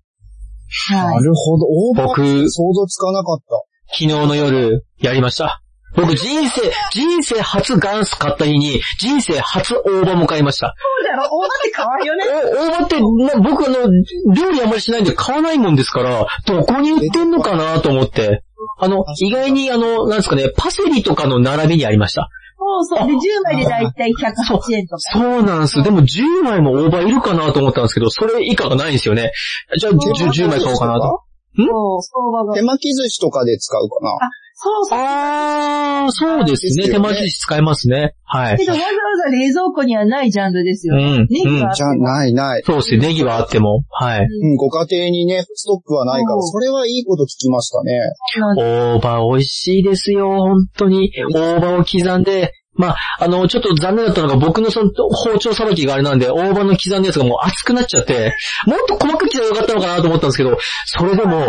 [SPEAKER 2] な
[SPEAKER 3] はい。
[SPEAKER 2] るほど。応募
[SPEAKER 1] 僕、
[SPEAKER 2] 想像つかなかった。
[SPEAKER 1] 昨日の夜、やりました。僕、人生、人生初ガンス買った日に、人生初大葉も買いました。
[SPEAKER 3] そうだろ大葉って可愛い
[SPEAKER 2] <laughs>
[SPEAKER 3] よね。
[SPEAKER 1] お大葉って、な僕あの、料理あんまりしないんで買わないもんですから、どこに売ってんのかなと思って。あの、意外にあの、なんですかね、パセリとかの並びにありました。
[SPEAKER 3] そうそう。で、10枚でだいたい108円とか。
[SPEAKER 1] そうなんです。でも10枚も大葉いるかなと思ったんですけど、それ以下がないんですよね。じゃあ
[SPEAKER 2] 手
[SPEAKER 1] 10
[SPEAKER 2] 巻き寿司
[SPEAKER 1] 10枚買おうかなと。
[SPEAKER 3] そう、相場が
[SPEAKER 2] 手。巻き寿司とかで使うかな。
[SPEAKER 3] そうそう。
[SPEAKER 1] あー、そうです
[SPEAKER 2] ですよ
[SPEAKER 1] ね。
[SPEAKER 2] ね
[SPEAKER 1] 手間寿司使えますね。はい
[SPEAKER 3] け。どわざわざ冷蔵庫にはないジャンルです
[SPEAKER 1] う
[SPEAKER 3] よ。
[SPEAKER 1] ん。
[SPEAKER 3] ネ
[SPEAKER 1] う
[SPEAKER 3] ギ
[SPEAKER 1] ん
[SPEAKER 3] は。
[SPEAKER 2] じゃあ、ないない。
[SPEAKER 1] そうですね。ネギはあっても。はい。
[SPEAKER 2] うん、ご家庭にね、ストックはないから、
[SPEAKER 3] うん
[SPEAKER 2] それはいいこと聞きましたね。
[SPEAKER 3] なんで
[SPEAKER 1] 大葉美味しいですよ、本当に。大葉を刻んで、まあ、あの、ちょっと残念だったのが僕のその包丁さばきがあれなんで、大葉の刻んだやつがもう熱くなっちゃって、もっと細かく刻めばよかったのかなと思ったんですけど、それでも、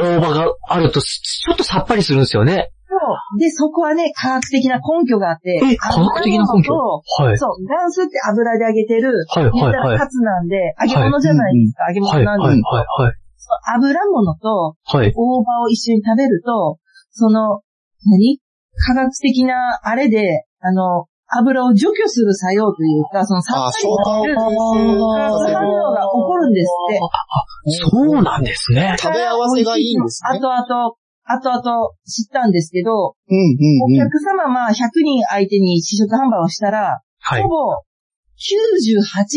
[SPEAKER 1] 大葉があると、すちょっとさっぱりするんですよね。
[SPEAKER 3] そう。で、そこはね、科学的な根拠があって。
[SPEAKER 1] え科学的な根拠
[SPEAKER 3] 油
[SPEAKER 1] は
[SPEAKER 3] と
[SPEAKER 1] い。
[SPEAKER 3] そう、ガンスって油で揚げてる、
[SPEAKER 1] はい
[SPEAKER 3] 言った
[SPEAKER 1] はいは
[SPEAKER 3] ら
[SPEAKER 1] い。
[SPEAKER 3] カツなんで、揚げ物じゃないですか、揚げ
[SPEAKER 1] は
[SPEAKER 3] 物
[SPEAKER 1] い
[SPEAKER 3] なんで。
[SPEAKER 1] はいはいはい。
[SPEAKER 3] その油物と
[SPEAKER 1] はい。
[SPEAKER 3] 大葉を一緒に食べると、その、何科学的なあれで、あの、油を除去する作用というか、そのさっ
[SPEAKER 2] あ、
[SPEAKER 3] ぱり
[SPEAKER 2] 消化を
[SPEAKER 3] する化
[SPEAKER 2] 吸収さ
[SPEAKER 3] 学
[SPEAKER 2] せ
[SPEAKER 3] 反
[SPEAKER 2] る。
[SPEAKER 3] 応が起こるんですって。
[SPEAKER 1] そうなんですね。
[SPEAKER 2] 食べ合わせがいいんですね。
[SPEAKER 3] 後々、後々知ったんですけど、
[SPEAKER 2] うん
[SPEAKER 3] お
[SPEAKER 2] うんうん。
[SPEAKER 3] 客様まあ100人相手に試食販売をしたら、
[SPEAKER 1] はい
[SPEAKER 3] ほ。ぼ98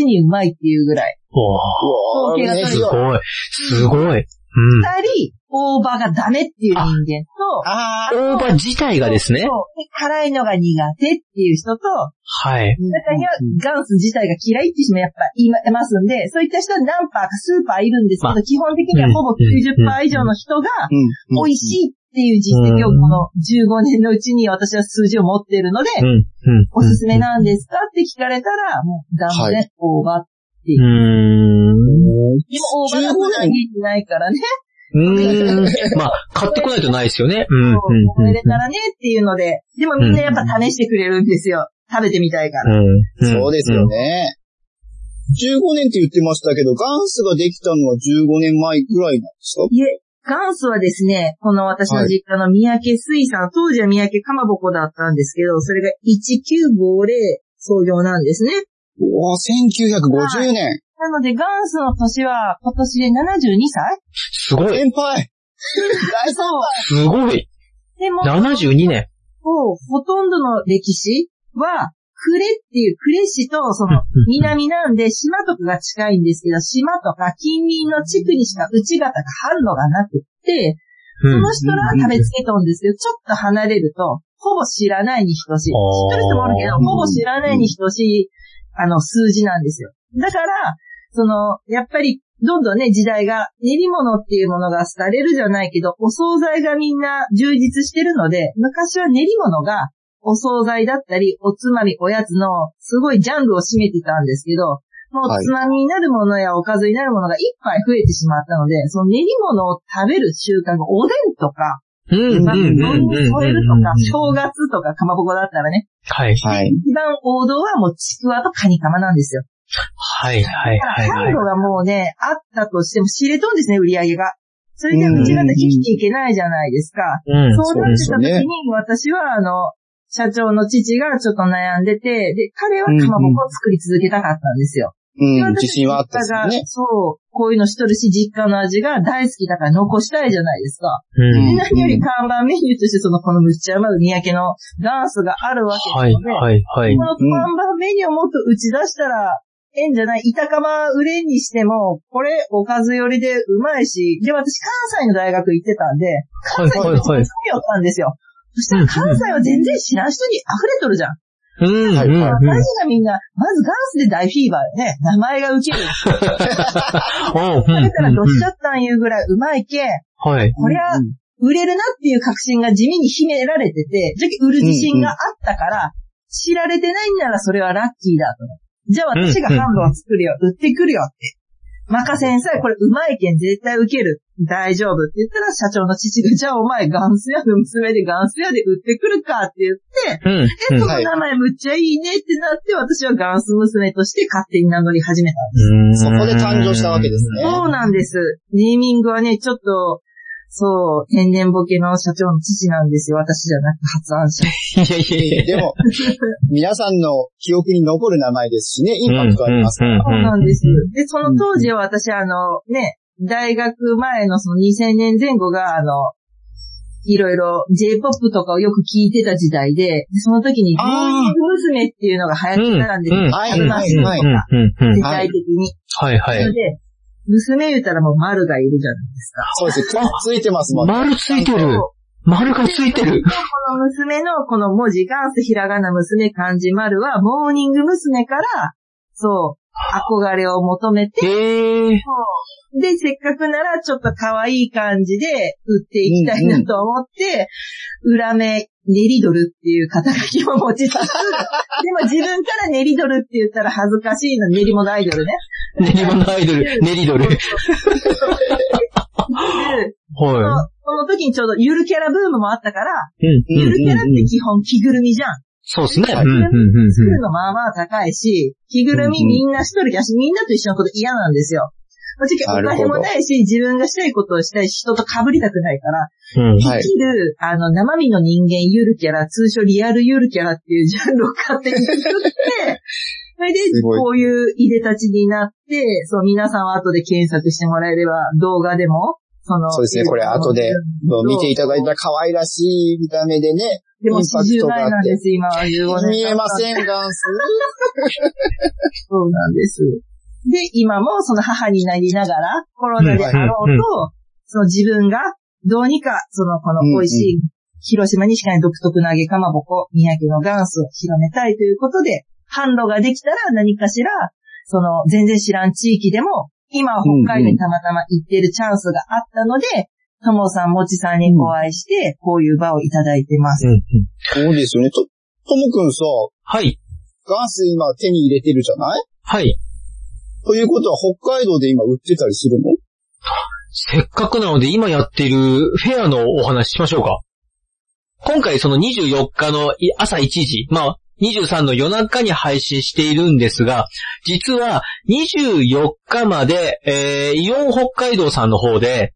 [SPEAKER 3] 人うまいっていうぐらい。
[SPEAKER 1] わ
[SPEAKER 2] うわ
[SPEAKER 3] 統計
[SPEAKER 2] ー
[SPEAKER 3] が
[SPEAKER 1] ー
[SPEAKER 3] 取
[SPEAKER 2] 嬉
[SPEAKER 3] れ
[SPEAKER 2] しい
[SPEAKER 1] す
[SPEAKER 3] る
[SPEAKER 2] よ
[SPEAKER 1] ごい。すごい。うん。
[SPEAKER 3] 二人、大葉がダメっていう人間と、
[SPEAKER 2] あー
[SPEAKER 1] 大葉自体がですね。
[SPEAKER 3] そうで辛いのが苦手っていう人と、
[SPEAKER 1] はい。
[SPEAKER 3] 中にはガンス自体が嫌いっていう人もやっぱいますんで、そういった人は何パーか数パーいるんですけど、
[SPEAKER 1] ま
[SPEAKER 3] 基本的にはほぼ90パー以上の人が、
[SPEAKER 2] うんうん
[SPEAKER 3] 美味しいっていう実績をこの15年のうちに私は数字を持っているので、
[SPEAKER 1] うん。うん。
[SPEAKER 3] おすすめなんですかって聞かれたら、もうダメ
[SPEAKER 2] は
[SPEAKER 3] ね、大葉。
[SPEAKER 1] うーん。
[SPEAKER 3] でも大葉がまだ元気ないからね、
[SPEAKER 1] うーん。まあ、買ってこないとないですよね。うん。うん。
[SPEAKER 3] こ
[SPEAKER 1] う
[SPEAKER 3] れ
[SPEAKER 1] ん
[SPEAKER 3] でたらねっていうので、でもみんなやっぱ試してくれるんですよ。食べてみたいから。
[SPEAKER 1] うん。
[SPEAKER 2] そうですよね。15年って言ってましたけど、ガンスができたのは15年前ぐらいなんですか
[SPEAKER 3] いえ、元祖はですね、この私の実家の三宅水産、当時は三宅かまぼこだったんですけど、それが1950創業なんですね。
[SPEAKER 2] うわー1950年。
[SPEAKER 3] なので元祖の年は今年で72歳
[SPEAKER 1] すごい。
[SPEAKER 2] 先輩大
[SPEAKER 3] そう。
[SPEAKER 1] すごい。
[SPEAKER 3] でも、
[SPEAKER 1] 72年。
[SPEAKER 3] ほとんどの歴史は、呉っていう、呉市とそ
[SPEAKER 1] <laughs> う
[SPEAKER 3] の
[SPEAKER 1] ん
[SPEAKER 3] 南なんで島とかが近いんですけど、島とか近隣の地区にしか内方が販路がなくって、
[SPEAKER 1] う
[SPEAKER 3] そ
[SPEAKER 1] ん。
[SPEAKER 3] の人らは食べつけとんですけど、ちょっと離れると、ほぼ知らないに等しい。知
[SPEAKER 1] あー
[SPEAKER 3] ってる人もあるけど、ほぼ知らないに等しい、あの、数字なんですよ。だから、その、やっぱり、どんどんね、時代が、練り物っていうものが廃れるじゃないけど、お惣菜がみんな充実してるので、昔は練り物が、お惣菜だったり、おつまみ、おやつの、すごいジャンルを占めてたんですけど、も
[SPEAKER 2] は
[SPEAKER 3] う
[SPEAKER 2] い
[SPEAKER 3] つまみになるものやおかずになるものがいっぱい増えてしまったので、その練り物を食べる習慣がおでんとか、
[SPEAKER 1] うん。うん。
[SPEAKER 3] まあ、
[SPEAKER 1] うん。うん。うん。
[SPEAKER 3] 添えるとか、正月とかかまぼこだったらね、
[SPEAKER 1] はい。
[SPEAKER 2] はい。
[SPEAKER 3] 一番王道はもうちくわとカニカマなんですよ。
[SPEAKER 1] はい。はい。
[SPEAKER 3] だか
[SPEAKER 1] はい。
[SPEAKER 3] ら、
[SPEAKER 1] は
[SPEAKER 3] 販
[SPEAKER 1] い
[SPEAKER 3] 路。がもうね、あったとしても知れとんですね、売り上げが。それで
[SPEAKER 2] うん
[SPEAKER 3] うちが生きていけないじゃないですか。
[SPEAKER 1] うん。
[SPEAKER 3] そうなってた
[SPEAKER 2] そうですよ
[SPEAKER 3] 時
[SPEAKER 2] ね
[SPEAKER 3] に、私はあの、社長の父がちょっと悩んでて、で、彼はかまぼこを作り続けたかったんですよ。
[SPEAKER 2] うん、
[SPEAKER 3] 私
[SPEAKER 2] 自信はあったですよ
[SPEAKER 3] 実家
[SPEAKER 2] ね
[SPEAKER 3] が。そう。こういうのしとるし、実家の味が大好きだから残したいじゃないですか。
[SPEAKER 1] うん。
[SPEAKER 3] 何より看板メニューとして、その、このむっちゃうまうにやけのダンスがあるわけ
[SPEAKER 1] は
[SPEAKER 3] です
[SPEAKER 1] い、
[SPEAKER 3] よね。
[SPEAKER 1] はい、はい。
[SPEAKER 3] この看板メニューをもっと打ち出したら、ええんじゃない板釜売れにしても、これおかず寄りでうまいし、で、私関西の大学行ってたんで、
[SPEAKER 1] はい、
[SPEAKER 3] 関西
[SPEAKER 1] は
[SPEAKER 3] の
[SPEAKER 1] い、
[SPEAKER 3] 人
[SPEAKER 1] はい。
[SPEAKER 3] よったんですよ。そしたら関西は全然知らん人に溢れとるじゃん。
[SPEAKER 1] うん、うん、
[SPEAKER 3] まあ
[SPEAKER 1] う
[SPEAKER 3] 何
[SPEAKER 1] ん。
[SPEAKER 3] がみんな、まずガンスで大フィーバーよね。名前がウケる。
[SPEAKER 1] おううん、
[SPEAKER 3] 食べたらど
[SPEAKER 1] う
[SPEAKER 3] っ
[SPEAKER 1] ん
[SPEAKER 3] し。ゃったんいうぐらいうまいけん、
[SPEAKER 1] はい。
[SPEAKER 3] こりゃ
[SPEAKER 2] うん
[SPEAKER 3] 売れるなっていう確信が地味に秘められてて、じゃあ売る自信があったから、知られてないんならそれはラッキーだと。じゃあ私がハンドを作るよ、売ってくるよって。マカ先生、これうまいけん絶対受ける。大丈夫って言ったら社長の父が、じゃあお前ガンス屋の娘でガンス屋で売ってくるかって言っ
[SPEAKER 1] う
[SPEAKER 3] て、
[SPEAKER 1] ん、
[SPEAKER 3] え、
[SPEAKER 1] うん
[SPEAKER 3] その名前むっちゃいいねってなって、私はガンス娘として勝手に名乗り始めたんです。
[SPEAKER 1] うん。
[SPEAKER 2] そこで誕生したわけですね。
[SPEAKER 3] そうなんです。ネーミングはね、ちょっと、そう、天然ボケの社長の父なんですよ。私じゃなく発案者。
[SPEAKER 1] いやいやいや。
[SPEAKER 2] でも、皆さんの記憶に残る名前ですしね、インパクトありますから。
[SPEAKER 1] うん
[SPEAKER 3] そうなんです。で、その当時は私、あの、ね、大学前のその2000年前後が、あの、いろいろ J-POP とかをよく聞いてた時代で、でその時に、モーニング娘。っていうのが流行ってたんですよ。
[SPEAKER 1] うん
[SPEAKER 2] はい
[SPEAKER 3] マ
[SPEAKER 2] は
[SPEAKER 3] シ
[SPEAKER 2] い
[SPEAKER 3] ンと
[SPEAKER 2] はい。
[SPEAKER 3] か、
[SPEAKER 1] うん、うん。
[SPEAKER 3] 世界的に。
[SPEAKER 1] はい、は
[SPEAKER 3] ないの。で、娘言ったらもう丸がいるじゃないですか。
[SPEAKER 2] そうです。ついてますもんね。
[SPEAKER 1] 丸ついてる。丸がついてる。
[SPEAKER 3] この娘のこの文字、ガンスひらがな娘漢字丸は、モーニング娘。から、そう、憧れを求めて、
[SPEAKER 1] ええ。
[SPEAKER 3] で、せっかくならちょっと可愛い感じで売っていきたいなと思って、裏目、練りドルっていう肩書きを
[SPEAKER 1] <laughs>
[SPEAKER 3] 持ちつつ、でも自分から練りドルって言ったら恥ずかしいの、練り物アイドルね。
[SPEAKER 1] 練り物アイドル、 <laughs> 練りドル。
[SPEAKER 3] でそ
[SPEAKER 1] は
[SPEAKER 3] のその時にちょうどゆるキャラブームもあったから、
[SPEAKER 1] い。うん、
[SPEAKER 3] ゆ
[SPEAKER 1] うん
[SPEAKER 3] る。キャラって基本着ぐるみじゃん。
[SPEAKER 1] そうですね。
[SPEAKER 3] う
[SPEAKER 1] うんん、う
[SPEAKER 3] う
[SPEAKER 1] んん、
[SPEAKER 3] う
[SPEAKER 1] うんん
[SPEAKER 3] 作るのまあまあ高いし、着ぐるみみんなしとるやし、みんなと一緒のこと嫌なんですよ。正直お金もないし、自分がしたいことをしたいし、人と被りたくないから、。
[SPEAKER 1] うん。
[SPEAKER 2] はい、
[SPEAKER 3] 生きる、あの、生身の人間ゆるキャラ、通称リアルゆるキャラっていうジャンルを勝手に作って、それです
[SPEAKER 2] ごい
[SPEAKER 3] こういういでたちになって、そう、皆さんは後で検索してもらえれば、動画でも、その、
[SPEAKER 2] そうですねこれ後でもう見ていただいた可愛らしい見た目でね、
[SPEAKER 3] でも
[SPEAKER 2] インパク
[SPEAKER 3] 40
[SPEAKER 2] トがあって
[SPEAKER 3] 代なんです、今は15年。
[SPEAKER 2] 見えません、ガンス。
[SPEAKER 3] そうなんです。で、今もその母になりながら、コロナであろ
[SPEAKER 1] うんう
[SPEAKER 3] うんと、その自分がどうにか、そのこの美味しい、広島にしかない独特な揚げかまぼこ、三宅の元祖を広めたいということで、販路ができたら何かしら、その全然知らん地域でも、今は北海道にたまたま行ってるチャンスがあったので、ともさん、もちさんにお会いして、こういう場をいただいてます。
[SPEAKER 1] うん。
[SPEAKER 2] そうですよね。と、ともくんさ、
[SPEAKER 1] はい。
[SPEAKER 2] ガンス今手に入れてるじゃない
[SPEAKER 1] はい。
[SPEAKER 2] ということは北海道で今売ってたりするの
[SPEAKER 1] せっかくなので今やっているフェアのお話しましょうか。今回その24日のい朝1時、まあ23の夜中に配信しているんですが、実は24日まで、えー、イオン北海道さんの方で、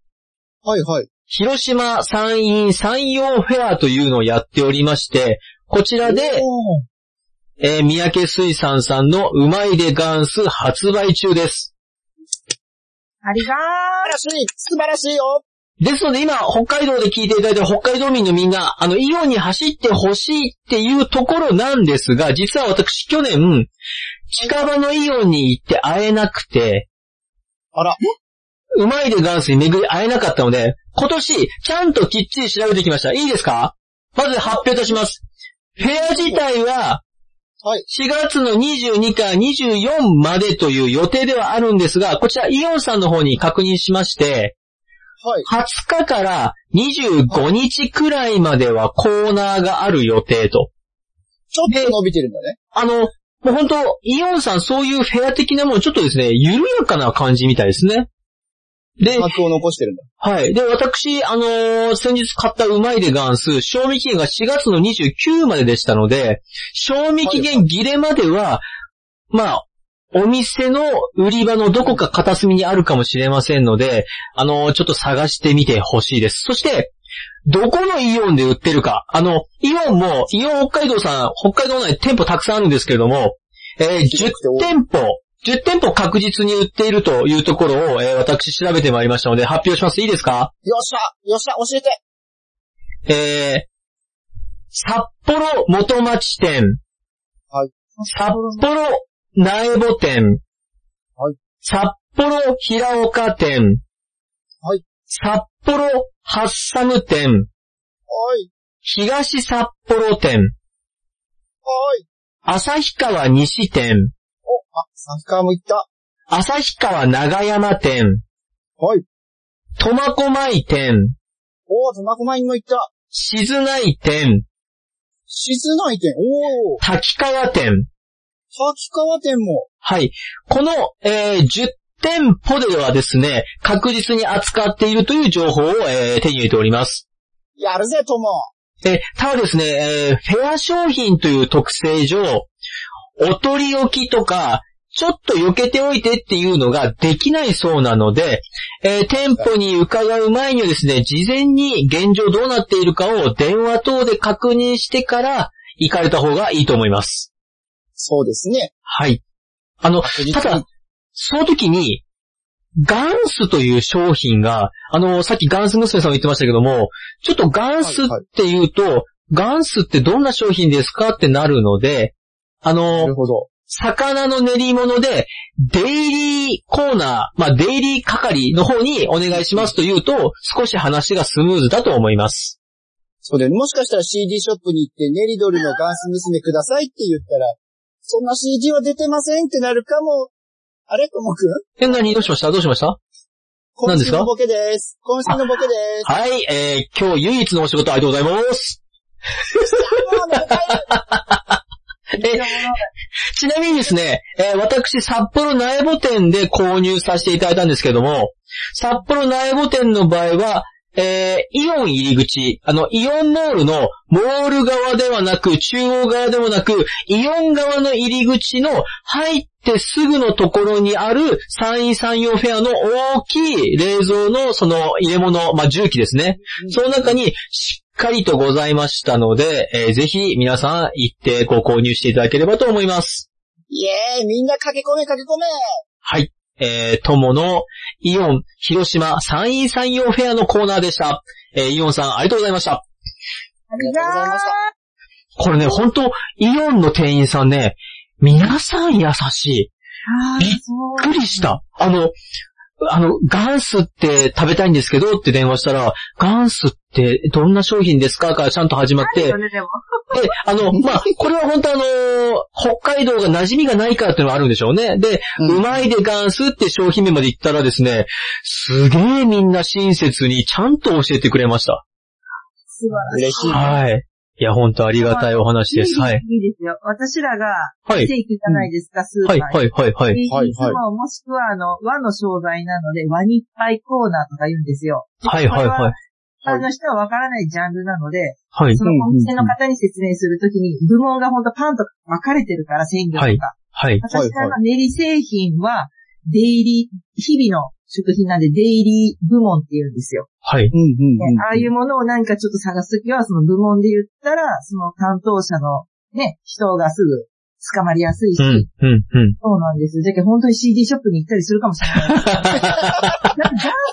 [SPEAKER 2] はいはい。
[SPEAKER 1] 広島山陰山陽フェアというのをやっておりまして、こちらで、
[SPEAKER 2] おー
[SPEAKER 1] えー、三宅水産さんのうまいでガンス発売中です。
[SPEAKER 3] ありが
[SPEAKER 2] 素
[SPEAKER 3] ー
[SPEAKER 2] 晴らしい素晴らしいよ
[SPEAKER 1] ですので今、北海道で聞いていただいている北海道民のみんな、あの、イオンに走ってほしいっていうところなんですが、実は私去年、近場のイオンに行って会えなくて、
[SPEAKER 2] あら。
[SPEAKER 1] うまいでガンスに巡り会えなかったので、今年、ちゃんときっちり調べてきました。いいですかまず発表いたします。フェア自体は、
[SPEAKER 2] はい
[SPEAKER 1] 4月の22から24までという予定ではあるんですが、こちらイオンさんの方に確認しまして、
[SPEAKER 2] はい。
[SPEAKER 1] 20日から25日くらいまではコーナーがある予定と。
[SPEAKER 2] ちょっと伸びてるんだね。
[SPEAKER 1] あの、もう本当イオンさんそういうフェア的なものちょっとですね、緩やかな感じみたいですね。で、
[SPEAKER 2] マックを残してるんだ。
[SPEAKER 1] はい。で、私、あのー先日買ったうまいでガンス、賞味期限が4月の29まででしたので、賞味期限切れまでは、まあ、お店の売り場のどこか片隅にあるかもしれませんので、あのーちょっと探してみてほしいです。そして、どこのイオンで売ってるか。あの、イオンも、イオン北海道さん、北海道内店舗たくさんあるんですけれども、えー10店舗10店舗確実に売っているというところを、えー私調べてまいりましたので発表します。いいですか
[SPEAKER 2] よっしゃよっしゃ教えて
[SPEAKER 1] えー、札幌元町店。
[SPEAKER 4] はい
[SPEAKER 1] 札幌苗穂店。
[SPEAKER 4] はい
[SPEAKER 1] 札幌平岡店。
[SPEAKER 4] はい
[SPEAKER 1] 札幌ハッサム店。
[SPEAKER 4] おい、
[SPEAKER 1] 東札幌店。
[SPEAKER 4] おい。
[SPEAKER 1] 旭川西店。
[SPEAKER 4] お、あ、サッカーも行った。
[SPEAKER 1] 旭川長山店。
[SPEAKER 4] はい。
[SPEAKER 1] 苫小牧店。
[SPEAKER 4] おー、苫小牧も行った。
[SPEAKER 1] 静内店。
[SPEAKER 4] 静内店。おー、
[SPEAKER 1] 滝川店。
[SPEAKER 4] 滝川店も。
[SPEAKER 1] はい。この、えー10店舗ではですね、確実に扱っているという情報を、えー手に入れております。
[SPEAKER 4] やるぜ、とも。
[SPEAKER 1] えーただですね、えーフェア商品という特性上、お取り置きとか、ちょっと避けておいてっていうのができないそうなので、えー店舗に伺う前にはですね、事前に現状どうなっているかを電話等で確認してから行かれた方がいいと思います。
[SPEAKER 4] そうですね。
[SPEAKER 1] はい。あの、
[SPEAKER 4] 確実に
[SPEAKER 1] ただ、その時に、ガンスという商品が、あの、さっきガンス娘さんも言ってましたけども、ちょっとガンスって言うと、ガンスってどんな商品ですかってなるので、あ
[SPEAKER 4] な
[SPEAKER 1] の
[SPEAKER 4] る、ほど。
[SPEAKER 1] 魚の練り物で、デイリーコーナー、まあ、デイリー係の方にお願いしますと言うと、少し話がスムーズだと思います。
[SPEAKER 4] そうで、もしかしたら CD ショップに行って、ネリドルのガンス娘くださいって言ったら、そんな CD は出てませんってなるかも。あれともくん
[SPEAKER 1] え、何どうしましたどうしました
[SPEAKER 4] 今
[SPEAKER 1] 何です
[SPEAKER 4] 週
[SPEAKER 1] か
[SPEAKER 4] のボケです。今週のボケです。
[SPEAKER 1] はい、えー、今日唯一のお仕事ありがとうございます。
[SPEAKER 4] もうね
[SPEAKER 1] ちなみにですね、えー私、札幌苗穂店で購入させていただいたんですけども、札幌苗穂店の場合は、えーイオン入り口、あの、イオンモールの、モール側ではなく、中央側でもなく、イオン側の入り口の、入ってすぐのところにある、山陰山陽フェアの大きい冷蔵の、その、入れ物、まあ、重機ですね。その中に、しっかりとございましたので、えーぜひ、皆さん、行ってご購入していただければと思います。
[SPEAKER 4] イエーイみんな駆け込め駆け込め
[SPEAKER 1] はい。えー、友のイオン広島山陰山陽フェアのコーナーでした。えー、イオンさんありがとうございました。
[SPEAKER 3] あ
[SPEAKER 4] りがとうございました
[SPEAKER 1] これね、本当イオンの店員さんね、皆さん優しい。
[SPEAKER 3] あ
[SPEAKER 1] びっ
[SPEAKER 3] そう
[SPEAKER 1] びっくりした。あの、あの、ガンスって食べたいんですけどって電話したら、ガンスってどんな商品ですかからちゃんと始まって、
[SPEAKER 3] よね、でも。
[SPEAKER 1] で、あの、まあ、これは本当あのー北海道が馴染みがないからっていうのはあるんでしょうね。で、う
[SPEAKER 4] うん
[SPEAKER 1] まいでガンスって商品名まで言ったらですね、すげえみんな親切にちゃんと教えてくれました。
[SPEAKER 3] 素晴ら
[SPEAKER 4] 嬉しい。
[SPEAKER 1] はい。いや、本当ありがたいお話
[SPEAKER 3] しい。
[SPEAKER 1] です。はい。
[SPEAKER 3] いいですよ。私らが、
[SPEAKER 1] はい
[SPEAKER 3] ス。テーキじゃないですか、スーパ
[SPEAKER 1] はい、
[SPEAKER 3] ーに。
[SPEAKER 1] はい、はい、はい。
[SPEAKER 3] い
[SPEAKER 4] はい
[SPEAKER 3] いつも、もしくは、あの、和の商材なので、和にいっぱいコーナーとか言うんですよ。
[SPEAKER 1] はい、はい、はい。
[SPEAKER 3] 一般の人はわからないジャンルなので、
[SPEAKER 1] はい、
[SPEAKER 3] そのお店の方に説明するときに、部門がほんとパンと分かれてるから、鮮魚とか。
[SPEAKER 1] はいはい。
[SPEAKER 3] 私ら
[SPEAKER 4] はい
[SPEAKER 3] の練り製品は、デイリー、日々の食品なんで、デイリー部門って言うんですよ。
[SPEAKER 1] はい。
[SPEAKER 4] うんうん
[SPEAKER 3] ねああいうものを何かちょっと探すときは、その部門で言ったら、その担当者のね、人がすぐ捕まりやすいし、
[SPEAKER 1] うん、うん、うん。
[SPEAKER 3] そうなんですよ。だけど本当に CD ショップに行ったりするかもしれない。だってダン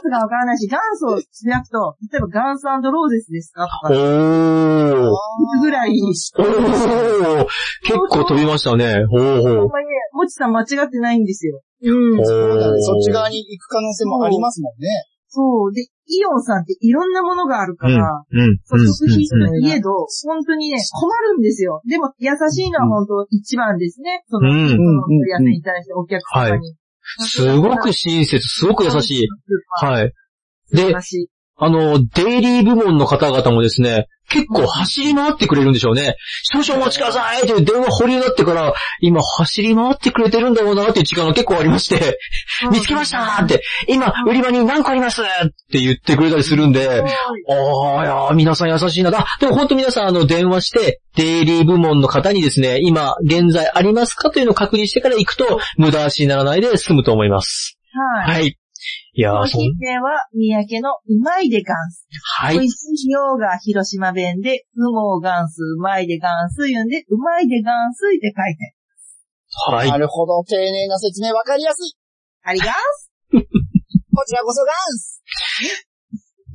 [SPEAKER 3] スがわからないし、ダンスをしなくと、例えばガンスローゼスですかと
[SPEAKER 1] お
[SPEAKER 3] か、
[SPEAKER 1] ー。
[SPEAKER 3] ぐらい、
[SPEAKER 1] おー結構飛びましたね。ほうほ
[SPEAKER 3] ほ。
[SPEAKER 1] うん
[SPEAKER 3] まにね、もちさん間違ってないんですよ。うん。
[SPEAKER 4] そうだ
[SPEAKER 1] おー
[SPEAKER 4] ね。そっち側に行く可能性もありますもんね。
[SPEAKER 3] そう。で、イオンさんっていろんなものがあるから、
[SPEAKER 1] うん、うん。
[SPEAKER 3] そううん食品
[SPEAKER 1] うん
[SPEAKER 3] のいえど、本当にね、困るんですよ。でも、優しいのは本当一番ですね。その、
[SPEAKER 1] うん
[SPEAKER 3] その取り扱いに対してお客様に。
[SPEAKER 1] すごく親切、すごく優しい。はい。
[SPEAKER 3] 優
[SPEAKER 1] で、
[SPEAKER 3] しい。
[SPEAKER 1] あの、デイリー部門の方々もですね、結構走り回ってくれるんでしょうね。少々お待ちくださいという電話保留になってから、今走り回ってくれてるんだろうなっていう時間が結構ありまして、見つけましたーって、今売り場に何個ありますって言ってくれたりするんで、ああ、いやー皆さん優しいな。あ、でも本当皆さん、あの、電話して、デイリー部門の方にですね、今、現在ありますかというのを確認してから行くと、無駄足にならないで済むと思います。
[SPEAKER 3] はい。
[SPEAKER 1] はい。いやー、そ
[SPEAKER 3] 商
[SPEAKER 1] ん
[SPEAKER 3] 品名は、三宅のうまいでガンス。
[SPEAKER 1] は
[SPEAKER 3] 美
[SPEAKER 1] い。
[SPEAKER 3] 味しいようが広島弁で、うもうガンス、うまいでガンス言うんで、うまいでガンスって書い
[SPEAKER 1] は
[SPEAKER 3] て。
[SPEAKER 1] い
[SPEAKER 4] な。るほど、丁寧な説明わかりやすい。
[SPEAKER 3] ありが
[SPEAKER 4] こちらこそガンス。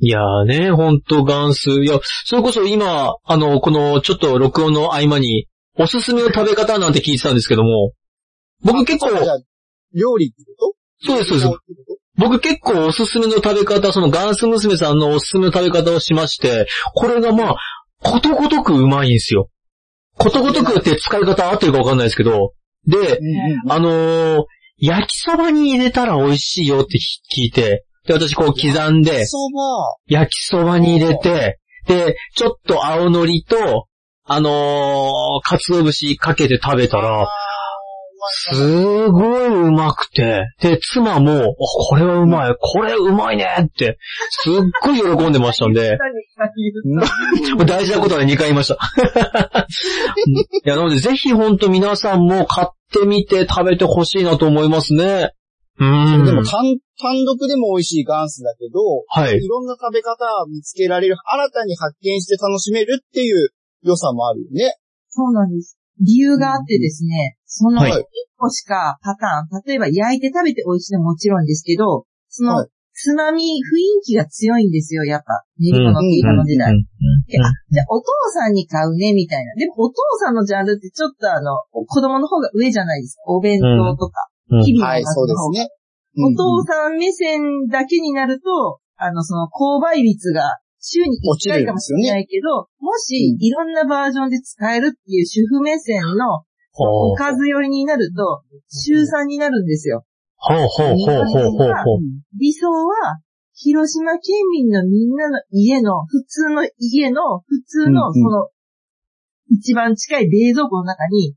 [SPEAKER 1] いやーね、ほんとガンス。いや、それこそ今、あの、このちょっと録音の合間に、おすすめの食べ方なんて聞いてたんですけども、僕結構、
[SPEAKER 4] じゃあ、料理ってこと
[SPEAKER 1] そうです、そうです。僕結構おすすめの食べ方、そのガンス娘さんのおすすめの食べ方をしまして、これがまあ、ことごとくうまいんですよ。ことごとくって使い方合ってるかわかんないですけど、で
[SPEAKER 4] う、んうん。
[SPEAKER 1] あのー焼きそばに入れたら美味しいよって聞いて、で、私こう刻んで、
[SPEAKER 4] そば。
[SPEAKER 1] 焼きそばに入れて、で、ちょっと青のりと、あのー、かつお節かけて食べたら、すごいうまくて、で、妻も、あこれはうまい、これうまいねって、すっごい喜んでましたん
[SPEAKER 3] <laughs>
[SPEAKER 1] で、
[SPEAKER 3] とう。
[SPEAKER 1] 大事なことは2回言いました。 <laughs> いや、なのでぜひほんと皆さんも買ってみて食べてほしいなと思いますね。うーん。
[SPEAKER 4] でも単、単独でも美味しいガンスだけど、
[SPEAKER 1] はい
[SPEAKER 4] い。ろんな食べ方を見つけられる、新たに発見して楽しめるっていう良さもあるよね。
[SPEAKER 3] そうなんです。理由があってですね、その
[SPEAKER 1] はい
[SPEAKER 3] 1個しかパターン、例えば焼いて食べて美味しいのももちろんですけど、そ
[SPEAKER 4] は
[SPEAKER 3] の
[SPEAKER 4] い、
[SPEAKER 3] つまみ、雰囲気が強いんですよ、やっぱ。練り子のティー
[SPEAKER 1] う
[SPEAKER 3] カ
[SPEAKER 1] ん
[SPEAKER 3] の時代。
[SPEAKER 1] うんうん
[SPEAKER 3] じゃあ、お父さんに買うね、みたいな。でも、お父さんのジャンルってちょっとあの、子供の方が上じゃないですか。お弁当とか、
[SPEAKER 1] うんうん
[SPEAKER 3] 日々
[SPEAKER 4] は
[SPEAKER 3] の
[SPEAKER 4] い、そう
[SPEAKER 3] 中
[SPEAKER 4] で
[SPEAKER 3] の方
[SPEAKER 4] す
[SPEAKER 3] が。
[SPEAKER 4] ね。
[SPEAKER 3] お
[SPEAKER 4] うんう
[SPEAKER 3] 父
[SPEAKER 4] ん
[SPEAKER 3] さん目線だけになると、あの、その、購買率が週に
[SPEAKER 4] 落ち
[SPEAKER 3] 1
[SPEAKER 4] るん
[SPEAKER 3] 回
[SPEAKER 4] で
[SPEAKER 3] かも
[SPEAKER 4] す
[SPEAKER 3] し
[SPEAKER 4] よね
[SPEAKER 3] れないけど、もし、いろんなバージョンで使えるっていう主婦目線のお
[SPEAKER 1] ほう
[SPEAKER 3] かず寄りになると、週3になるんですよ。
[SPEAKER 1] ほうほうほうほうほうほう。
[SPEAKER 3] 理想は、広島県民のみんなの家の、普通の家の、普通
[SPEAKER 4] うんう
[SPEAKER 3] の、
[SPEAKER 4] ん
[SPEAKER 3] その、一番近い冷蔵庫の中に、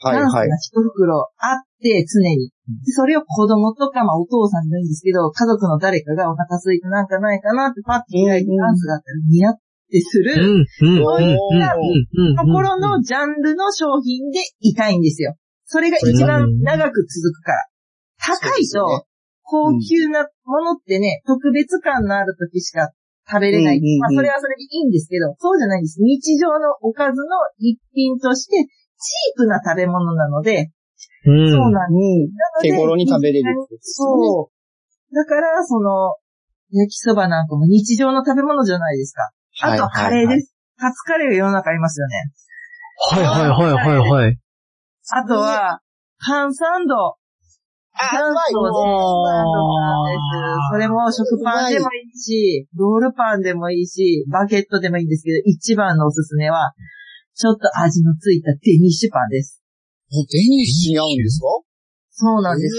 [SPEAKER 4] はい、
[SPEAKER 3] ダンス
[SPEAKER 4] は
[SPEAKER 3] が
[SPEAKER 4] い。
[SPEAKER 3] 一袋あって、常に。でそれを子供とか、まあお父さんでもいいんですけど、家族の誰かがお腹空いてなんかないかなってパッて開いてダンスがあったら似合ってす
[SPEAKER 1] うん、
[SPEAKER 3] る、
[SPEAKER 1] うん、うん、
[SPEAKER 4] そういう
[SPEAKER 1] うん。
[SPEAKER 3] ところのジャンルの商品でいたいんですよ。それが一番長く続くから。高い
[SPEAKER 4] そうですね
[SPEAKER 3] と、高級なものってね、特別感のある時しか食べれな
[SPEAKER 4] う
[SPEAKER 3] い
[SPEAKER 4] んうんうん。
[SPEAKER 3] まあそれはそれでいいんですけど、そうじゃないんです。日常のおかずの一品として、チープな食べ物なので、
[SPEAKER 1] うん。
[SPEAKER 3] そうなんです。
[SPEAKER 4] うん。
[SPEAKER 3] なので
[SPEAKER 4] 手頃に食べれるってことですよね
[SPEAKER 3] そう。だから、その、焼きそばなんかも日常の食べ物じゃないですか。あとはカレーです。カツカレーが世の中ありますよね。
[SPEAKER 1] はいはいはいはいはい。
[SPEAKER 3] あとは、パンサンド。
[SPEAKER 4] あ
[SPEAKER 3] パンサンド
[SPEAKER 4] うまい
[SPEAKER 3] それも食パンでもいいし、ロールパンでもいいし、バゲットでもいいんですけど、一番のおすすめは、ちょっと味のついたデニッシュパンです。
[SPEAKER 4] えデニッシュに合うんですか
[SPEAKER 3] そうなんです。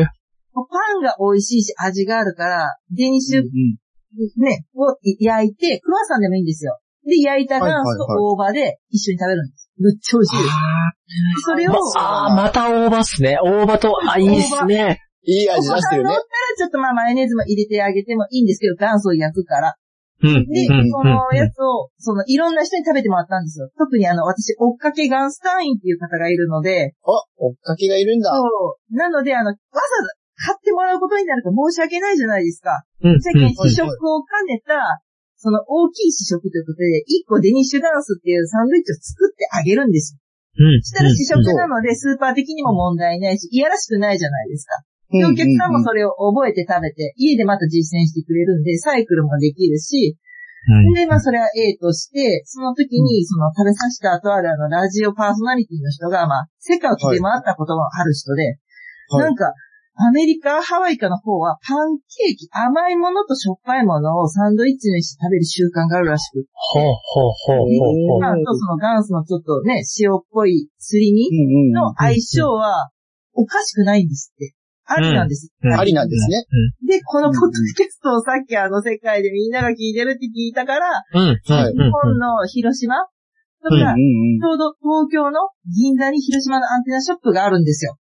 [SPEAKER 1] え
[SPEAKER 4] ー
[SPEAKER 1] え
[SPEAKER 3] パンが美味しいし、味があるから、デニッシ
[SPEAKER 4] う
[SPEAKER 3] ュ
[SPEAKER 4] ん
[SPEAKER 3] ね、を焼いて、クロワッサンでもいいんですよ。で、焼いたガンスと大葉で一緒に食べるんです。むっちゃ美味しいです。それを、
[SPEAKER 1] あー、また大葉っすね。大葉と、あ、いいっすね。
[SPEAKER 4] いい
[SPEAKER 3] お子
[SPEAKER 4] 味
[SPEAKER 3] さ
[SPEAKER 4] 出
[SPEAKER 3] ん
[SPEAKER 4] してる
[SPEAKER 3] 乗
[SPEAKER 4] ね
[SPEAKER 3] ったら。ちょっとまあマヨネーズも入れてあげてもいいんですけど、元祖を焼くから。
[SPEAKER 1] うん。うん
[SPEAKER 3] で、
[SPEAKER 1] うん
[SPEAKER 3] そのやつを、そのいろんな人に食べてもらったんですよ。特にあの、私、追っかけガンスタインっていう方がいるので、
[SPEAKER 4] あ、追っかけがいるんだ。
[SPEAKER 3] そう。なので、あの、わざわざ買ってもらうことになると申し訳ないじゃないですか。
[SPEAKER 1] うんうん
[SPEAKER 3] 世間試食を兼ねた、その大きい試食ということで、1個デニッシュダンスっていうサンドイッチを作ってあげるんですよ。
[SPEAKER 1] うん
[SPEAKER 3] そしたら試食なので、スーパー的にも問題ないし、いやらしくないじゃないですか。
[SPEAKER 4] うんう
[SPEAKER 3] で、
[SPEAKER 4] んう
[SPEAKER 3] お
[SPEAKER 4] ん
[SPEAKER 3] 客さんもそれを覚えて食べて、家でまた実践してくれるんで、サイクルもできるし、
[SPEAKER 1] うん
[SPEAKER 3] で、まあそれは A として、その時に、その食べさせた後あるあの、ラジオパーソナリティの人が、まあ、世界を飛び回ったこともある人で、
[SPEAKER 4] はい
[SPEAKER 3] なんか、アメリカ、ハワイかの方は、パンケーキ、甘いものとしょっぱいものをサンドイッチにして食べる習慣があるらしくて、
[SPEAKER 1] ほうほうほうほうほ
[SPEAKER 3] まあ、あとそのガンスのちょっとね、塩っぽいすり
[SPEAKER 4] う
[SPEAKER 3] 煮
[SPEAKER 4] んうん
[SPEAKER 3] の相性は、おかしくないんですって。ありなんです。
[SPEAKER 1] うん
[SPEAKER 4] ありなんですね。
[SPEAKER 3] で、このポッドキャストをさっきあの世界でみんなが聞いてるって聞いたから、
[SPEAKER 1] う。うん。う
[SPEAKER 4] はい
[SPEAKER 1] ん
[SPEAKER 3] 日本の広島と
[SPEAKER 1] うん
[SPEAKER 3] か、
[SPEAKER 4] ん
[SPEAKER 3] ちょうど東京の銀座に広島のアンテナショップがあるんですよ。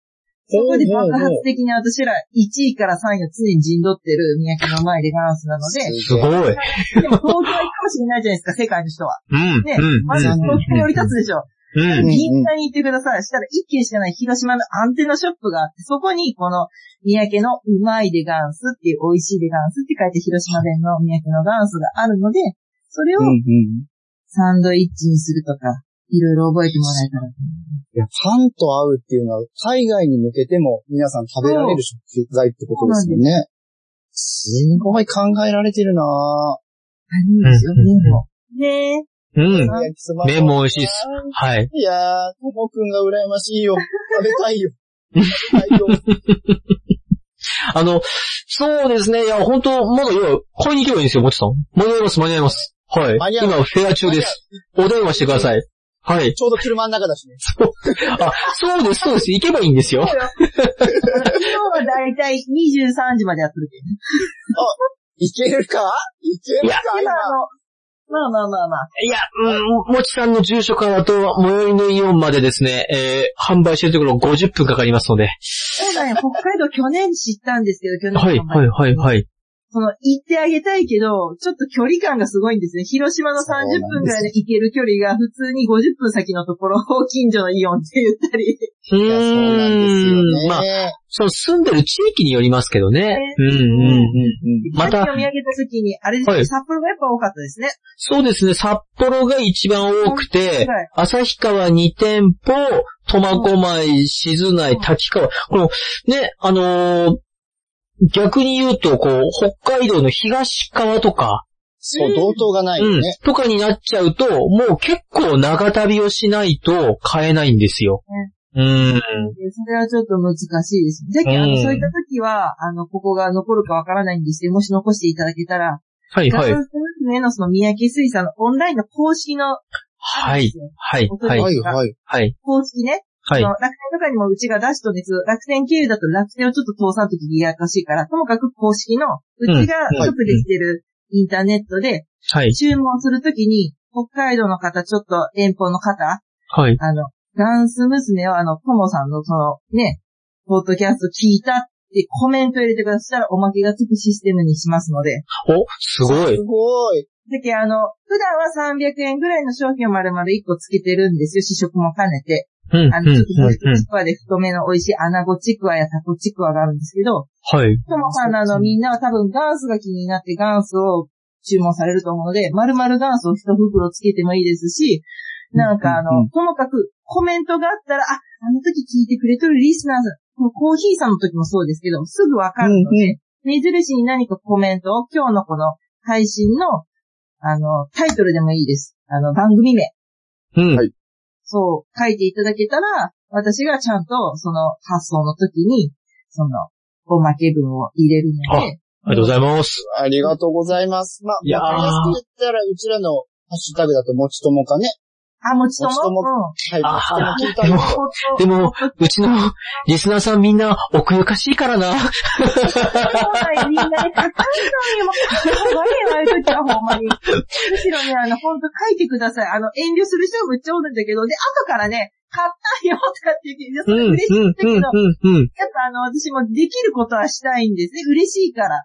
[SPEAKER 3] そ
[SPEAKER 4] ほうほうほう
[SPEAKER 3] こで爆発的に私ら1位から3位を常に陣取ってる宮城の前でガンスなので、
[SPEAKER 1] すごい。うん。うん。
[SPEAKER 3] でも東京行くかもしれないじゃないですか、世界の人は。ね、まず
[SPEAKER 1] うん
[SPEAKER 3] 東京寄り立つでしょ。
[SPEAKER 1] うんうん。
[SPEAKER 3] 銀座に行ってください。したら一軒しかない広島のアンテナショップがあって、そこにこの、三宅のうまいでガンスっていう、美味しいでガンスって書いて広島弁の三宅のガンスがあるので、それを
[SPEAKER 4] うんうん。
[SPEAKER 3] サンドイッチにするとか、いろいろ覚えてもらえたらと思います。
[SPEAKER 4] いや、パンと合うっていうのは、海外に向けても皆さん食べられる食材ってことですもんね。すごい考えられてるなぁ。
[SPEAKER 3] ありますよ、
[SPEAKER 1] うん
[SPEAKER 3] メモ。ねえ。
[SPEAKER 1] うん。
[SPEAKER 4] 焼きそば
[SPEAKER 1] 麺も美味しいっす。はい。
[SPEAKER 4] いやー、ともくんが羨ましいよ。食べたいよ。食べたいよ。
[SPEAKER 1] <laughs> あの、そうですね。いや、本当まだ、いや、買いに行けばいいんですよ、もちさん。間に合います、間に合います。はい
[SPEAKER 4] 間に。合う
[SPEAKER 1] 今、フェア中です。お電話してください。はい。
[SPEAKER 4] ちょうど車の中だしね。
[SPEAKER 1] あ、そうです、そうです。行けばいいんですよ。
[SPEAKER 3] 昨日はだいたい23時までやってるけどね。
[SPEAKER 4] いけるかいけるか
[SPEAKER 3] 今
[SPEAKER 4] 今
[SPEAKER 3] あの、まあまあまあまあ。
[SPEAKER 1] いや、うん、もちさんの住所からと、最寄りのイオンまでですね、えー、販売してるところ50分かかりますので。
[SPEAKER 3] ただね、北海道去年知ったんですけど、去
[SPEAKER 1] はい、
[SPEAKER 3] 年の前
[SPEAKER 1] はい、はい、はい。
[SPEAKER 3] その、行ってあげたいけど、ちょっと距離感がすごいんですね。広島の30分ぐらいで行ける距離が、普通に50分先のところを近所のイオンって言ったり。
[SPEAKER 1] う
[SPEAKER 4] いやそうなんですよ
[SPEAKER 1] ー
[SPEAKER 4] ね。
[SPEAKER 1] ん。まあ、その住んでる地域によりますけどね。うん、うん、うん。うんま
[SPEAKER 3] さったき、お土産の時に、あれですね、
[SPEAKER 1] はい
[SPEAKER 3] 札幌がやっぱ多かったですね。
[SPEAKER 1] そうですね、札幌が一番多くて
[SPEAKER 3] はい、
[SPEAKER 1] 旭川2店舗、苫小牧、静内、滝川。この、ね、あのー逆に言うと、こう、北海道の東側とか、
[SPEAKER 4] そう、同等がないよ
[SPEAKER 1] うん
[SPEAKER 4] ね。、
[SPEAKER 1] とかになっちゃうと、もう結構長旅をしないと買えないんですよ。うん。
[SPEAKER 3] でそれはちょっと難しいですね。だけど、あ
[SPEAKER 1] う
[SPEAKER 3] の
[SPEAKER 1] ん
[SPEAKER 3] そういった時は、あの、ここが残るかわからないんですけど、もし残していただけたら、
[SPEAKER 1] はい
[SPEAKER 3] ガ
[SPEAKER 1] は
[SPEAKER 3] ス
[SPEAKER 1] い。
[SPEAKER 3] 娘のその三宅水産のオンラインの公式の、
[SPEAKER 1] はい。はい。は
[SPEAKER 3] うん
[SPEAKER 1] い。
[SPEAKER 4] はいはい。
[SPEAKER 1] はい。
[SPEAKER 3] 公式ね、
[SPEAKER 1] は
[SPEAKER 3] そ
[SPEAKER 1] い
[SPEAKER 3] の。楽天とかにもうちが出しとんです。楽天経由だと楽天をちょっと通さんときにややかしいから、ともかく公式の、うちが
[SPEAKER 1] うん
[SPEAKER 3] ちょっとできてるインターネットで、
[SPEAKER 1] はい。
[SPEAKER 3] 注文するときに、北海道の方、ちょっと遠方の方、
[SPEAKER 1] はい。
[SPEAKER 3] あの、ダンス娘をあの、ともさんのそのね、ポッドキャスト聞いたってコメント入れてくださったらおまけがつくシステムにしますので。
[SPEAKER 1] お、すごい
[SPEAKER 4] す。ごい。
[SPEAKER 3] だけどあの、普段は300円ぐらいの商品を丸々1個つけてるんですよ。試食も兼ねて。
[SPEAKER 1] うん、うん、
[SPEAKER 3] あの、ちょっと
[SPEAKER 1] うん、う
[SPEAKER 3] ちくわで太めの美味しい穴子ちくわやタコちくわがあるんですけ
[SPEAKER 1] ん。
[SPEAKER 3] ど、
[SPEAKER 1] はい。
[SPEAKER 3] ともさんのあのみんなは多分ガンスが気になってガンスを注文されると思うので、丸々ガンスを一袋つけてもいいですし、なんか
[SPEAKER 4] うん
[SPEAKER 3] あ
[SPEAKER 4] うんう
[SPEAKER 3] の、ともかくコメントがあったら、あ、あの時聞いてくれとるリスナーさん、このコーヒーさんの時もそうですけど、すぐわかるので、目印に何かコメントを今日のこの配信の、あの、タイトルでもいいです。あの、番組名。
[SPEAKER 1] うん
[SPEAKER 4] はい。
[SPEAKER 3] そう、書いていただけたら、私がちゃんと、その、発送の時に、その、おまけ分を入れるので、
[SPEAKER 1] ありがとうございます。
[SPEAKER 4] ありがとうございます。まあ、
[SPEAKER 1] いやー
[SPEAKER 4] わかりやすく言ったら、うちらのハッシュタグだと、もちともかね。
[SPEAKER 3] あ、もちとも
[SPEAKER 4] もちとも
[SPEAKER 3] うん
[SPEAKER 4] はい、
[SPEAKER 1] あ
[SPEAKER 4] もちとも聞いた
[SPEAKER 1] で
[SPEAKER 4] ん
[SPEAKER 1] も
[SPEAKER 4] ですよ
[SPEAKER 1] でも、うちのリスナーさんみんな奥ゆかしいからな。
[SPEAKER 3] そうみんなで高いのにも、か <laughs> わいいわ、ああいう時はほんまに。むしろね、あの、ほんと書いてください。あの、遠慮する人もめっちゃおるんだけど、で、後からね、買ったよとかって言って、いやそ
[SPEAKER 1] うん、
[SPEAKER 3] れ
[SPEAKER 1] うん、
[SPEAKER 3] 嬉しいんだけ
[SPEAKER 1] う
[SPEAKER 3] ど、
[SPEAKER 1] ん、うん、うん。
[SPEAKER 3] やっぱあの、私もできることはしたいんですね。嬉しいから。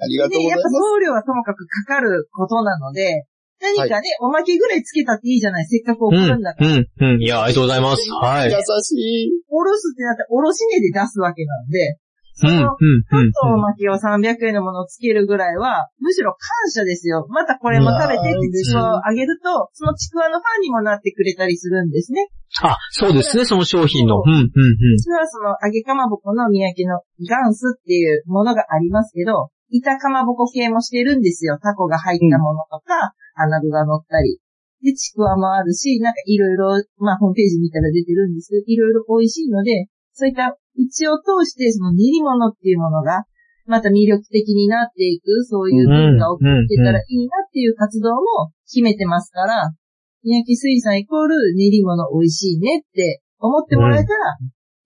[SPEAKER 4] ありがとうご
[SPEAKER 3] で、
[SPEAKER 4] ざ
[SPEAKER 3] や
[SPEAKER 4] い
[SPEAKER 3] っぱ
[SPEAKER 4] ます。
[SPEAKER 3] 送料はともかくかかることなので、何かね、おまけぐらいつけたっていいじゃない、せっかく送
[SPEAKER 1] うん
[SPEAKER 3] るんだから。、
[SPEAKER 1] うん、うん。いや、ありがとうございます。はい。
[SPEAKER 4] 優しい。
[SPEAKER 3] おろすってなったら、おろし値で出すわけなんで、
[SPEAKER 1] う
[SPEAKER 3] そ
[SPEAKER 1] ん、うん、
[SPEAKER 3] の、ち
[SPEAKER 1] う
[SPEAKER 3] ょっ
[SPEAKER 1] ん。
[SPEAKER 3] とおまけを300円のものをつけるぐらいは、むしろ感謝ですよ。またこれも食べてってちくわをあげると、そのちくわのファンにもなってくれたりするんですね。
[SPEAKER 1] あ、そうですね、その商品の。うん、うん、
[SPEAKER 3] うちはその揚げかまぼこの三宅のガンスっていうものがありますけど、板かまぼこ系もしてるんですよ。タコが入ったものとか、穴子が乗ったり。で、ちくわもあるし、なんかいろいろ、まあホームページ見たら出てるんですけど、いろいろ美味しいので、そういったうちを通してその練り物っていうものが、また魅力的になっていく、そういう文化を送っていけたらいいなっていう活動も秘めてますから、三宅水産イコール練り物美味しいねって思ってもらえたら、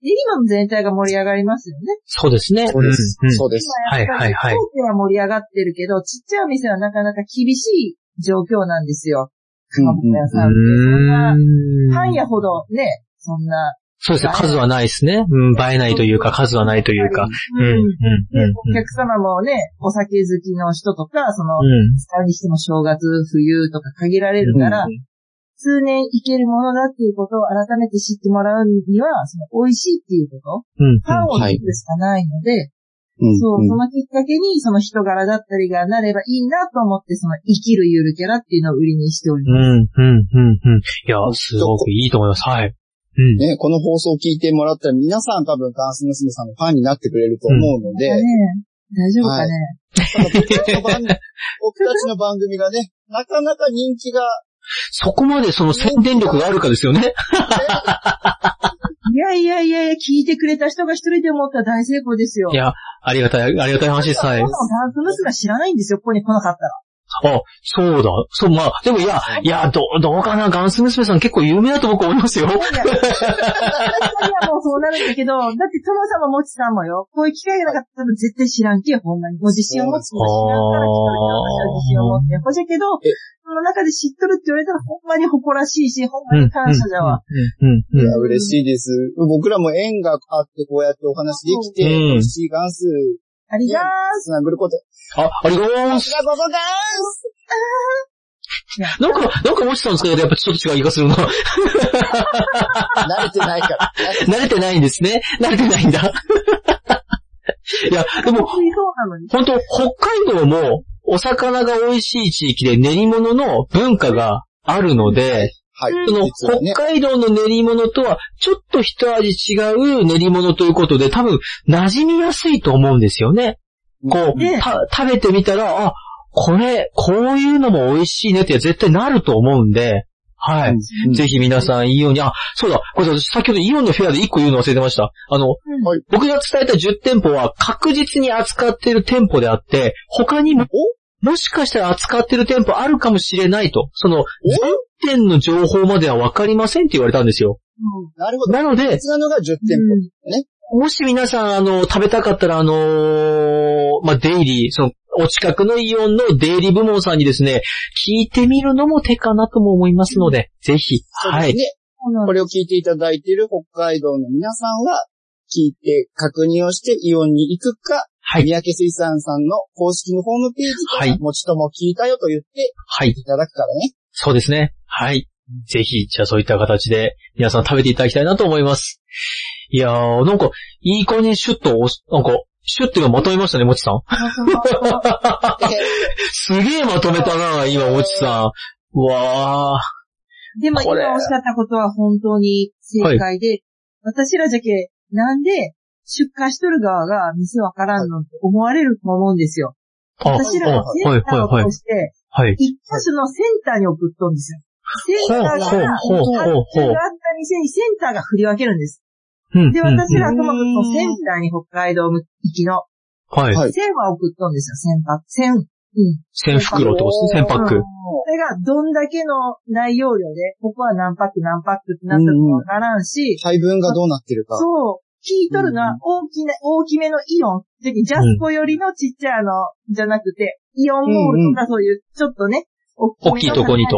[SPEAKER 3] 練り物全体が盛り上がりますよね。
[SPEAKER 1] そうですね。
[SPEAKER 4] そうです
[SPEAKER 1] うん。
[SPEAKER 4] そうです。
[SPEAKER 3] 今やっぱ
[SPEAKER 1] はい
[SPEAKER 3] り
[SPEAKER 1] はいはい
[SPEAKER 3] 大手は盛り上がってるけど、ちっちゃいお店はなかなか厳しい状況なんですよ。かまぼこ屋さんって。そんな、
[SPEAKER 1] うん
[SPEAKER 3] パン屋ほどね、そんな、
[SPEAKER 1] そうですね、数はないですね。うん、映えないというか、数はないというか。うん、うん、
[SPEAKER 3] で、
[SPEAKER 1] うん。
[SPEAKER 3] お客様もね、お酒好きの人とか、その、
[SPEAKER 1] うん。
[SPEAKER 3] 使うにしても正月、冬とか限られるから、通年いけるものだっていうことを改めて知ってもらうには、その美味しいっていうこと、
[SPEAKER 1] うん。
[SPEAKER 3] パンを作るしかないので、
[SPEAKER 4] うん
[SPEAKER 3] そう、そ
[SPEAKER 4] ん
[SPEAKER 3] のきっかけに、その人柄だったりがなればいいなと思って、その生きるゆるキャラっていうのを売りにしており
[SPEAKER 1] う
[SPEAKER 3] ます。
[SPEAKER 1] ん、うん、うん、うん。いや、すごくいいと思います。はい。うん。
[SPEAKER 4] ね、この放送を聞いてもらったら皆さん多分ガンス娘さんのファンになってくれると思うので、
[SPEAKER 3] ね、大丈夫かね、
[SPEAKER 4] ただ僕たちの番僕たちの番組がね、なかなか人気が、
[SPEAKER 1] そこまでその宣伝力があるかですよね。
[SPEAKER 3] い、やいやいやいや、聞いてくれた人が一人でもおったら大成功ですよ。
[SPEAKER 1] いや、ありがたい、ありがたい話です。はい
[SPEAKER 3] こ。のダンス娘が知らないんですよ、ここに来なかったら。
[SPEAKER 1] あ、そうだ。そう、まあ、でもいや、いや、どう、どうかな。ガンス娘さん結構有名だと僕思いますよ。
[SPEAKER 3] いやいや私にはもうそうなるんだけど、だって殿様もちさんもよ、こういう機会がなかったら多分絶対知らんけよ、ほんまに。ご自信を持つの知らんから一人で私は自信を持って。ほじゃけど
[SPEAKER 4] え、
[SPEAKER 3] その中で知っとるって言われたらほんまに誇らしいし、ほんまに感謝じゃわ。
[SPEAKER 1] うん。うん、
[SPEAKER 4] い
[SPEAKER 1] うん、
[SPEAKER 4] や嬉しいです。僕らも縁があってこうやってお話できて、
[SPEAKER 1] うん
[SPEAKER 4] 美味しいガンス
[SPEAKER 3] ありがーす。
[SPEAKER 4] つなぐること。
[SPEAKER 1] あ、ありがとうございま
[SPEAKER 4] こ
[SPEAKER 1] す
[SPEAKER 4] ち。らこそガンス
[SPEAKER 1] なんか、なんかもちさんの使い方やっぱちょっと違う気がするな。 <laughs>
[SPEAKER 4] 慣れてないから。
[SPEAKER 1] 慣れてないんですね。慣れてないんだ。 <laughs> いや、でも、
[SPEAKER 3] 本当にそうなのに。
[SPEAKER 1] 本当北海道も、お魚が美味しい地域で練り物の文化があるので、
[SPEAKER 4] はい。
[SPEAKER 1] その、
[SPEAKER 4] 実はね、
[SPEAKER 1] 北海道の練り物とは、ちょっと一味違う練り物ということで、多分、馴染みやすいと思うんですよね。こう、
[SPEAKER 3] ね
[SPEAKER 1] た食べてみたら、あ、これ、こういうのも美味しいねって絶対なると思うんで、はい。
[SPEAKER 4] うん
[SPEAKER 1] ぜひ皆さん、イオンに、あ、そうだ、これ私先ほどイオンのフェアで1個言うの忘れてました。あの、
[SPEAKER 3] うん
[SPEAKER 4] はい
[SPEAKER 1] 僕が伝えた10店舗は確実に扱ってる店舗であって、他にも、もしかしたら扱ってる店舗あるかもしれないと、その、全店の情報まではわかりませんって言われたんですよ。
[SPEAKER 4] なるほど。
[SPEAKER 1] なので、
[SPEAKER 4] 別なのが10店舗。
[SPEAKER 3] うん
[SPEAKER 1] もし皆さん、あの、食べたかったら、あのーまあ、デイリー、その、お近くのイオンのデイリー部門さんにですね、聞いてみるのも手かなとも思いますので、ぜひ、
[SPEAKER 4] そう
[SPEAKER 1] は
[SPEAKER 4] です
[SPEAKER 1] い。
[SPEAKER 4] ね。
[SPEAKER 3] そうなの
[SPEAKER 4] これを聞いていただいている北海道の皆さんは、聞いて確認をしてイオンに行くか、
[SPEAKER 1] はい
[SPEAKER 4] 三宅水産さんの公式のホームページか
[SPEAKER 1] は
[SPEAKER 4] ら、
[SPEAKER 1] い
[SPEAKER 4] もちとも聞いたよと言って
[SPEAKER 1] はい。
[SPEAKER 4] いただくからね。
[SPEAKER 1] そうですね。はい。ぜひ、じゃあそういった形で皆さん食べていただきたいなと思います。いやー、なんか、いい感じにシュッと押す、なんか、シュッてがまとめましたね、もちさん。すげえまとめたな、今、もちさん。わ
[SPEAKER 3] でも
[SPEAKER 1] こ
[SPEAKER 3] 今
[SPEAKER 1] れ
[SPEAKER 3] おっしゃったことは本当に正解で、私らじゃけ、なんで出荷しとる側が店わからんのって思われると思うんですよ。
[SPEAKER 1] ー。あ、あ
[SPEAKER 3] 私らがセ
[SPEAKER 1] はい、
[SPEAKER 3] ンター
[SPEAKER 1] はい、は
[SPEAKER 3] を
[SPEAKER 1] い
[SPEAKER 3] 通。して、
[SPEAKER 1] はい。
[SPEAKER 3] 一箇所のセンターに送っとんですよ。センタ
[SPEAKER 1] ほう
[SPEAKER 3] ーが、
[SPEAKER 1] ほうほうほうほ
[SPEAKER 3] があ
[SPEAKER 1] う
[SPEAKER 3] っ。た店にセンターが振り分けるんです。
[SPEAKER 1] うんうん
[SPEAKER 3] で、
[SPEAKER 1] うん
[SPEAKER 3] 私らはともかくそのセンターに北海道行きの、
[SPEAKER 1] はい。
[SPEAKER 4] はい
[SPEAKER 3] 線は送っとんですよ、線パック。線。うん。
[SPEAKER 1] 1000袋ってことですね、1000パック。
[SPEAKER 3] それがどんだけの内容量で、ここは何パック何パックってなったのもわからんし、
[SPEAKER 4] 配分がどうなってるか。
[SPEAKER 3] そう、聞いとるの
[SPEAKER 4] うん
[SPEAKER 3] は大きな、大きめのイオン。でジャスコよりのちっちゃいあの、じゃなくて、イオンモールとかそういう、ちょっとね、大
[SPEAKER 1] 大きいとこにと。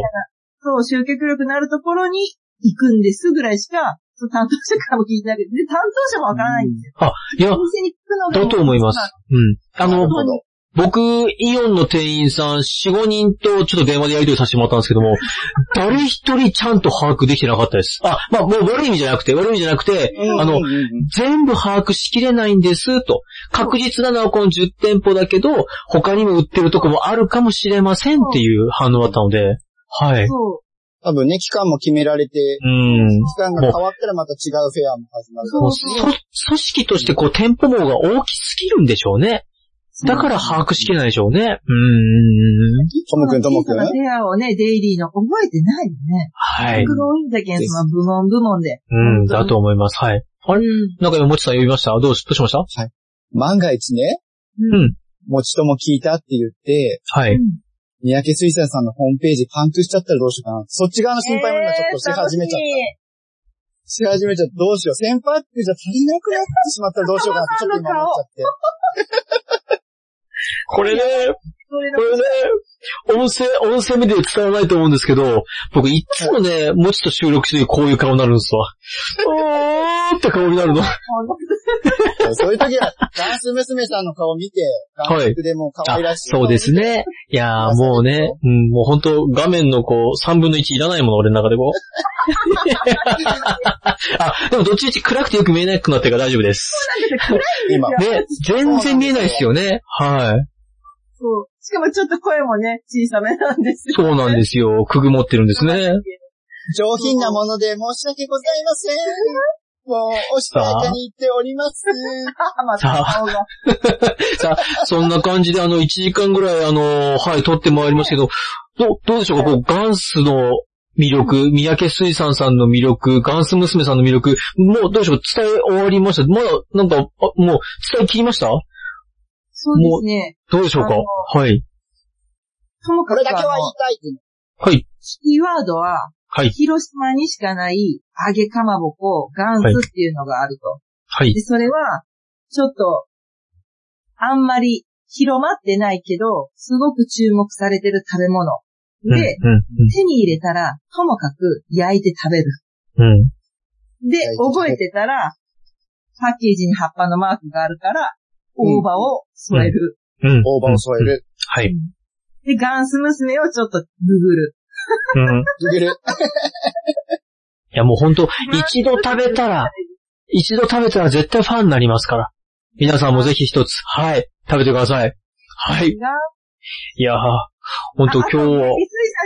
[SPEAKER 3] そう、集客力のあるところに行くんですぐらいしか、その担当者からも聞いてなくて、で、担当者もわからないんですよ。
[SPEAKER 1] いや
[SPEAKER 3] お、店に行くのが。
[SPEAKER 1] だと思います。うん。あ
[SPEAKER 4] な
[SPEAKER 1] の
[SPEAKER 4] る、ほど。
[SPEAKER 1] 僕、イオンの店員さん、4、5人とちょっと電話でやり取りさせてもらったんですけども、誰一人ちゃんと把握できてなかったです。あ、まあ、もう悪い意味じゃなくて、悪い意味じゃなくて、あの
[SPEAKER 4] うん、うんうん
[SPEAKER 1] 全部把握しきれないんです、と。確実なのはこの10店舗だけど、他にも売ってるとこもあるかもしれませんっていう反応だったので、はい。
[SPEAKER 3] そう。
[SPEAKER 4] 多分ね、期間も決められて、
[SPEAKER 1] うん。
[SPEAKER 4] 期間が変わったらまた違うフェアも始まる。
[SPEAKER 1] もう、そ
[SPEAKER 3] そう、
[SPEAKER 1] 組織としてこう、店舗網が大きすぎるんでしょうね。だから把握しきれないでしょうね。うん。
[SPEAKER 4] ともくんともくん。
[SPEAKER 3] 小さなペアをね、デイリーの覚えてないよね。
[SPEAKER 1] はい。
[SPEAKER 3] 僕が多いんだけん、その部門部門で。
[SPEAKER 1] うん、だと思います。はい。あれなんか今、もちさん呼びましたどうし、どうしました
[SPEAKER 4] 万が一ね、
[SPEAKER 1] うん。
[SPEAKER 4] もちとも聞いたって言って、
[SPEAKER 1] は
[SPEAKER 3] う
[SPEAKER 1] い。
[SPEAKER 3] ん
[SPEAKER 4] 三宅水産さんのホームページパンクしちゃったらどうしようかな。そっち側の心配も今ちょっとし始めちゃった。し始めちゃった。どうしよう。先輩ってじゃ足りなくなってしまったらどうしようかなってちょっと今思っちゃって。
[SPEAKER 1] これね、
[SPEAKER 3] それ
[SPEAKER 1] これね、音声、音声メディアで伝わらないと思うんですけど、僕いつもね、もちと収録してこういう顔になるんですわ。おーって顔になるの。
[SPEAKER 3] の
[SPEAKER 4] そういう時は、ダンス娘さんの顔見て、
[SPEAKER 1] はい
[SPEAKER 4] 眼福でもう可
[SPEAKER 1] あ
[SPEAKER 4] 愛らしい。
[SPEAKER 1] そうですね。いやー、もうね、うん、もう本当画面のこう、3分の1いらないもの、俺の中でも。あ、でもどっちみち暗くてよく見えなくなってるから大丈夫です。
[SPEAKER 4] 今。
[SPEAKER 1] ね、全然見えないですよね。はい。
[SPEAKER 3] そう。しかもちょっと声もね、小さめなんですよ。
[SPEAKER 1] そうなんですよ。くぐもってるんですね。
[SPEAKER 4] 上品なもので申し訳ございません。もう、おしとやかに言っております。
[SPEAKER 3] あ、ま
[SPEAKER 1] さ
[SPEAKER 3] た
[SPEAKER 1] あ
[SPEAKER 3] 顔が。
[SPEAKER 1] さあ、そんな感じであの、1時間ぐらいあの、はい、撮ってまいりますけど、どう、どうでしょうかこう、ガンスの魅力、三宅水産さんの魅力、ガンス娘さんの魅力、もうどうでしょう伝え終わりましたまだ、なんか、あもう、伝え切りました
[SPEAKER 3] そうですね。
[SPEAKER 1] どうでしょうか
[SPEAKER 3] あの
[SPEAKER 1] はい。
[SPEAKER 3] ともか
[SPEAKER 4] こ
[SPEAKER 3] く
[SPEAKER 4] れだけは
[SPEAKER 3] あの
[SPEAKER 4] 言いたい。
[SPEAKER 1] はい。
[SPEAKER 3] キーワードは、
[SPEAKER 1] はい
[SPEAKER 3] 広島にしかない揚げかまぼこ、ガンスっていうのがあると。
[SPEAKER 1] はい
[SPEAKER 3] で、。それは、ちょっと、あんまり広まってないけど、すごく注目されてる食べ物。
[SPEAKER 1] うん
[SPEAKER 3] で、
[SPEAKER 1] うん
[SPEAKER 3] 手に入れたら、ともかく焼いて食べる。
[SPEAKER 1] うん。うん。
[SPEAKER 3] で
[SPEAKER 4] 焼いて、食べ
[SPEAKER 3] 覚
[SPEAKER 4] る
[SPEAKER 3] えてたら、パッケージに葉っぱのマークがあるから、
[SPEAKER 4] うん
[SPEAKER 3] 大葉を添える。
[SPEAKER 1] うん。
[SPEAKER 4] 大葉を添える。
[SPEAKER 1] はい。
[SPEAKER 3] で、ガンス娘をちょっとググる。
[SPEAKER 1] うん。い
[SPEAKER 4] ググる。
[SPEAKER 1] やもう本当一度食べたら、一度食べたら絶対ファンになりますから。皆さんもぜひ一つ、はい、食べてください。はい。
[SPEAKER 3] が、
[SPEAKER 1] いやー、本当今日
[SPEAKER 3] ああ
[SPEAKER 1] は
[SPEAKER 3] と、、水産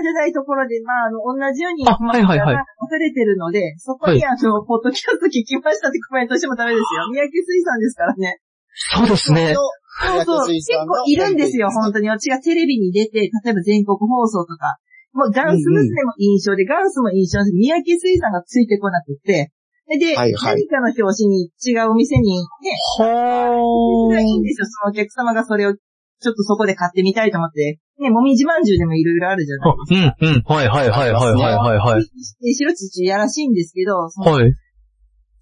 [SPEAKER 3] じゃないところで、まあ、あの、同じように、
[SPEAKER 1] あはいはいはい
[SPEAKER 3] まあ忘れてるので、そこに、あの、ポッドキャスト聞きましたってコメントしてもダメですよ。三宅水産ですからね。
[SPEAKER 1] そうですね。
[SPEAKER 3] そう
[SPEAKER 4] 三
[SPEAKER 3] そう。
[SPEAKER 4] 宅水
[SPEAKER 3] 結
[SPEAKER 4] 産の
[SPEAKER 3] 構いるんですよ、本当に。私がテレビに出て、例えば全国放送とか。もうガンス娘も印象で、ガンスも印象で、三宅水産がついてこなくて。で、
[SPEAKER 4] はいはい
[SPEAKER 3] 何かの表紙に違うお店に行って、
[SPEAKER 1] は
[SPEAKER 3] がいいんですよ。そのお客様がそれを、ちょっとそこで買ってみたいと思って。ね、もみじまんじゅうでもいろいろあるじゃないですか。
[SPEAKER 1] ー。うん、うん、はいはいはいはいはいはい。
[SPEAKER 3] 白土やらしいんですけど、その
[SPEAKER 1] はい。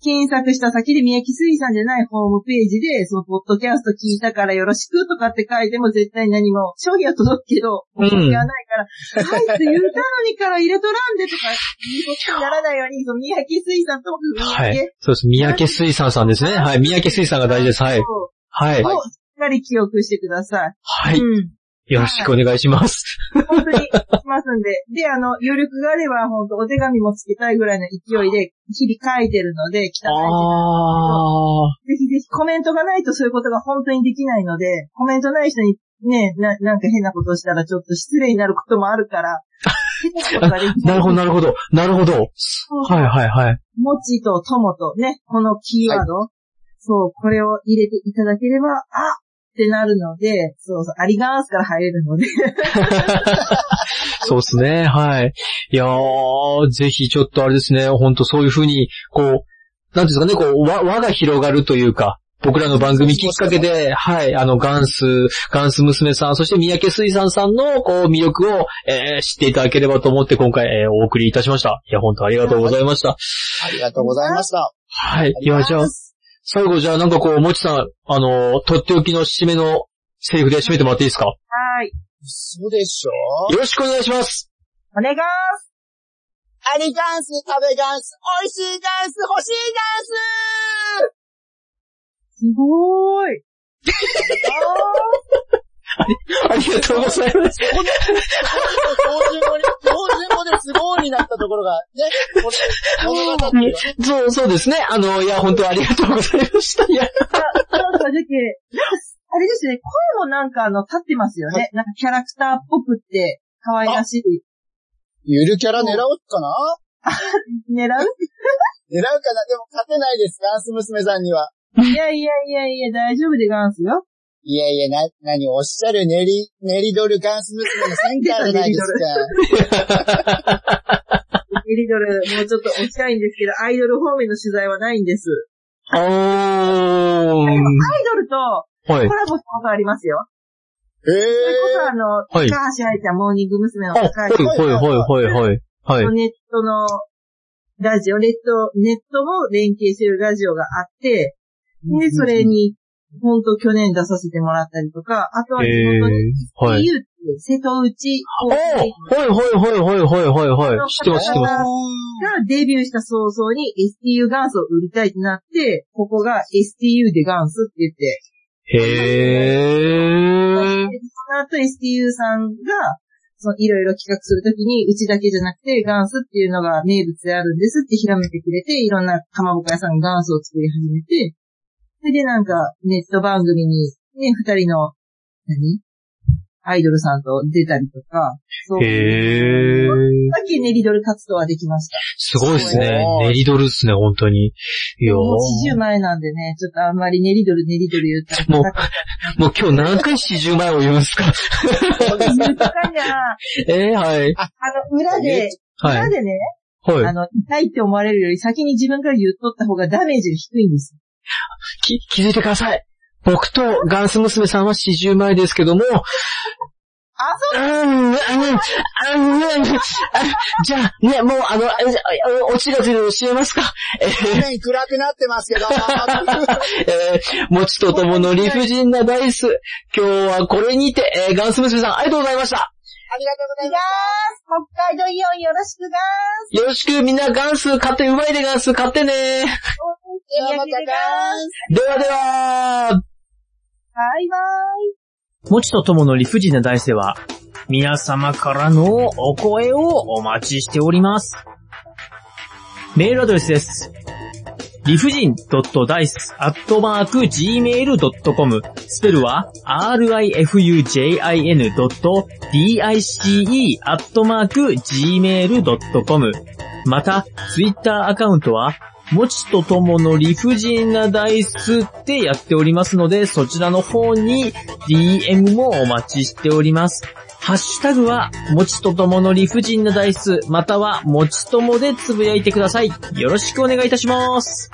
[SPEAKER 3] 検索した先で宮城水産じゃないホームページで、そのポッドキャスト聞いたからよろしくとかって書いても絶対何も、商品は届くけど、お
[SPEAKER 1] うん
[SPEAKER 3] 金はないから、はいって言うたのにから入れとらんでとか、言いことにならないように、その宮城水産とも
[SPEAKER 1] は
[SPEAKER 3] 関係
[SPEAKER 1] い。そうです。三宅水産さんですね。はい。三宅水産が大事です。はい。
[SPEAKER 3] を
[SPEAKER 1] はい。
[SPEAKER 3] をしっかり記憶してください。
[SPEAKER 1] はい。
[SPEAKER 3] うん
[SPEAKER 1] よろしくお願いします。
[SPEAKER 3] 本当にしますんで。で、あの、余力があれば、本当お手紙もつけたいぐらいの勢いで、日々書いてるので、汚い字
[SPEAKER 1] あー。
[SPEAKER 3] ぜひぜひコメントがないとそういうことが本当にできないので、コメントない人にね、ななんか変なことをしたらちょっと失礼になることもあ
[SPEAKER 1] <laughs>
[SPEAKER 3] るから、変なことができ
[SPEAKER 1] なるほど、なるほど。なるほど。はいはいはい。
[SPEAKER 3] もちとともとね、このキーワード、そう、これを入れていただければ、あってなるので、そうそう、ありがーすから入れるので、
[SPEAKER 1] そうですね、はい。いやー、ぜひちょっとあれですね、ほんとそういうふうに、こう、なんていうんですかね、こう、輪輪が広がるというか、僕らの番組きっかけで、はい、あの、ガンス、ガンス娘さん、そして三宅水産さんの、こう、魅力を、えー知っていただければと思って、今回、えーお送りいたしました。いや、本当ありがとうございました。
[SPEAKER 4] ありがとうございました。
[SPEAKER 1] はい。いや、じゃあ、最後じゃあ、なんかこう、もちさん、あの、とっておきの締めのセリフで締めてもらっていいですかよ
[SPEAKER 3] <laughs> はい。
[SPEAKER 4] そうでしょ
[SPEAKER 1] ろしくお願いします
[SPEAKER 3] お願いーす
[SPEAKER 4] アリガンス、食べガンス、美味しいガンス、欲しいガンス
[SPEAKER 3] す
[SPEAKER 1] <laughs>
[SPEAKER 3] ごーい。
[SPEAKER 1] ありがとうございます。
[SPEAKER 4] 標準語に、標準語ですごいになったところが、 <laughs> ね、これ、物語ってるよね
[SPEAKER 1] そう、そうですね。あの、いや、本当ありがとうございました。いや、
[SPEAKER 3] なんかだけ、なんか、あれですね、声もなんかあの、立ってますよね。なんかキャラクターっぽくって、可愛らしい。
[SPEAKER 4] ゆるキャラ狙おうかな
[SPEAKER 3] 狙う
[SPEAKER 4] 狙うかなでも勝てないです、ガンス娘さんには。
[SPEAKER 3] いやいやいやいや、大丈夫でガンスよ。
[SPEAKER 4] いやいや、な、何おっしゃる練り、練りドルガンス娘のセンターじゃない <laughs> ですか。
[SPEAKER 3] エリドル、もうちょっと押したいんですけど、アイドル方面の取材はないんです。
[SPEAKER 1] おー。
[SPEAKER 3] アイドルと
[SPEAKER 1] は
[SPEAKER 3] コ
[SPEAKER 1] い。
[SPEAKER 3] ラボしたことありますよ。
[SPEAKER 4] え
[SPEAKER 3] それこそあの、
[SPEAKER 1] い
[SPEAKER 3] 高橋愛ちゃん、モーニング娘。
[SPEAKER 1] あ、
[SPEAKER 3] の
[SPEAKER 1] はい、
[SPEAKER 3] 高橋
[SPEAKER 1] はい、はい、はい。はい。はい。
[SPEAKER 3] ネットのラジオ、ネット、ネットも連携してるラジオがあって、で、それに、ほんと去年出させてもらったりとか、あとは地元に
[SPEAKER 1] えー、はい。
[SPEAKER 3] TU って瀬戸内
[SPEAKER 1] お
[SPEAKER 3] 高
[SPEAKER 1] ほ
[SPEAKER 3] 生
[SPEAKER 1] いほいほいほいほいほいほい。知ってます、知って
[SPEAKER 4] <laughs>
[SPEAKER 1] ます。
[SPEAKER 3] がデビューした早々に STU 元祖を売りたいってなって、ここが STU で元祖って言って、
[SPEAKER 1] へー。
[SPEAKER 3] その後 STU さんが、そのいろいろ企画するときに、うちだけじゃなくて元祖っていうのが名物であるんですってひらめてくれて、いろんなかまぼこ屋さんが元祖を作り始めて、それでなんかネット番組にね、二人の、何アイドルさんと出たりとか、そう。
[SPEAKER 1] へー。
[SPEAKER 3] さっきね、リドル活動はできました。
[SPEAKER 1] すごいですね
[SPEAKER 4] す。ごい
[SPEAKER 1] 練りドルっすね、本当に。いやー
[SPEAKER 3] もう40前なんでね、ちょっとあんまりねりどるねりどる言ったら。
[SPEAKER 1] もうもう今日何回四十前を言うんすか <laughs>
[SPEAKER 3] 言ったら、
[SPEAKER 1] えー、はい。
[SPEAKER 3] あの、裏で、
[SPEAKER 1] は
[SPEAKER 3] 裏
[SPEAKER 1] い。
[SPEAKER 3] でね、
[SPEAKER 1] は
[SPEAKER 3] あ
[SPEAKER 1] い。
[SPEAKER 3] の、痛いって思われるより先に自分から言っとった方がダメージが低いんです。
[SPEAKER 1] き、気づいてください。僕とガンス娘さんは四十前ですけども、
[SPEAKER 3] あ、そ
[SPEAKER 1] うん、うん、うん、うん、じゃあ、ね、もう、あの、落ちがついて教えますか。え
[SPEAKER 4] 画面暗くなってますけど、
[SPEAKER 1] えー、もちとともの理不尽なダイス。今日はこれにて、えーガンス娘さん、ありがとうございました。
[SPEAKER 3] うがーす北海道イオンよろしくが
[SPEAKER 1] よろしく、みんなガンス買って、うまいでガンス買ってね。
[SPEAKER 3] ーす
[SPEAKER 4] 山
[SPEAKER 3] 焼
[SPEAKER 4] 高
[SPEAKER 3] きでがーす
[SPEAKER 1] ではでは
[SPEAKER 3] バイバイ
[SPEAKER 5] もちとともの理不尽な大世は、皆様からのお声をお待ちしております。メールアドレスです。理不尽 d i c e g m a i l c o m スペルは rifujin.dice g m a i l c o m また、ツイッターアカウントは、もちとともの理不尽なダイスってやっておりますので、そちらの方に DM もお待ちしております。ハッシュタグは、もちとともの理不尽なダイス、または、もちともでつぶやいてください。よろしくお願いいたします。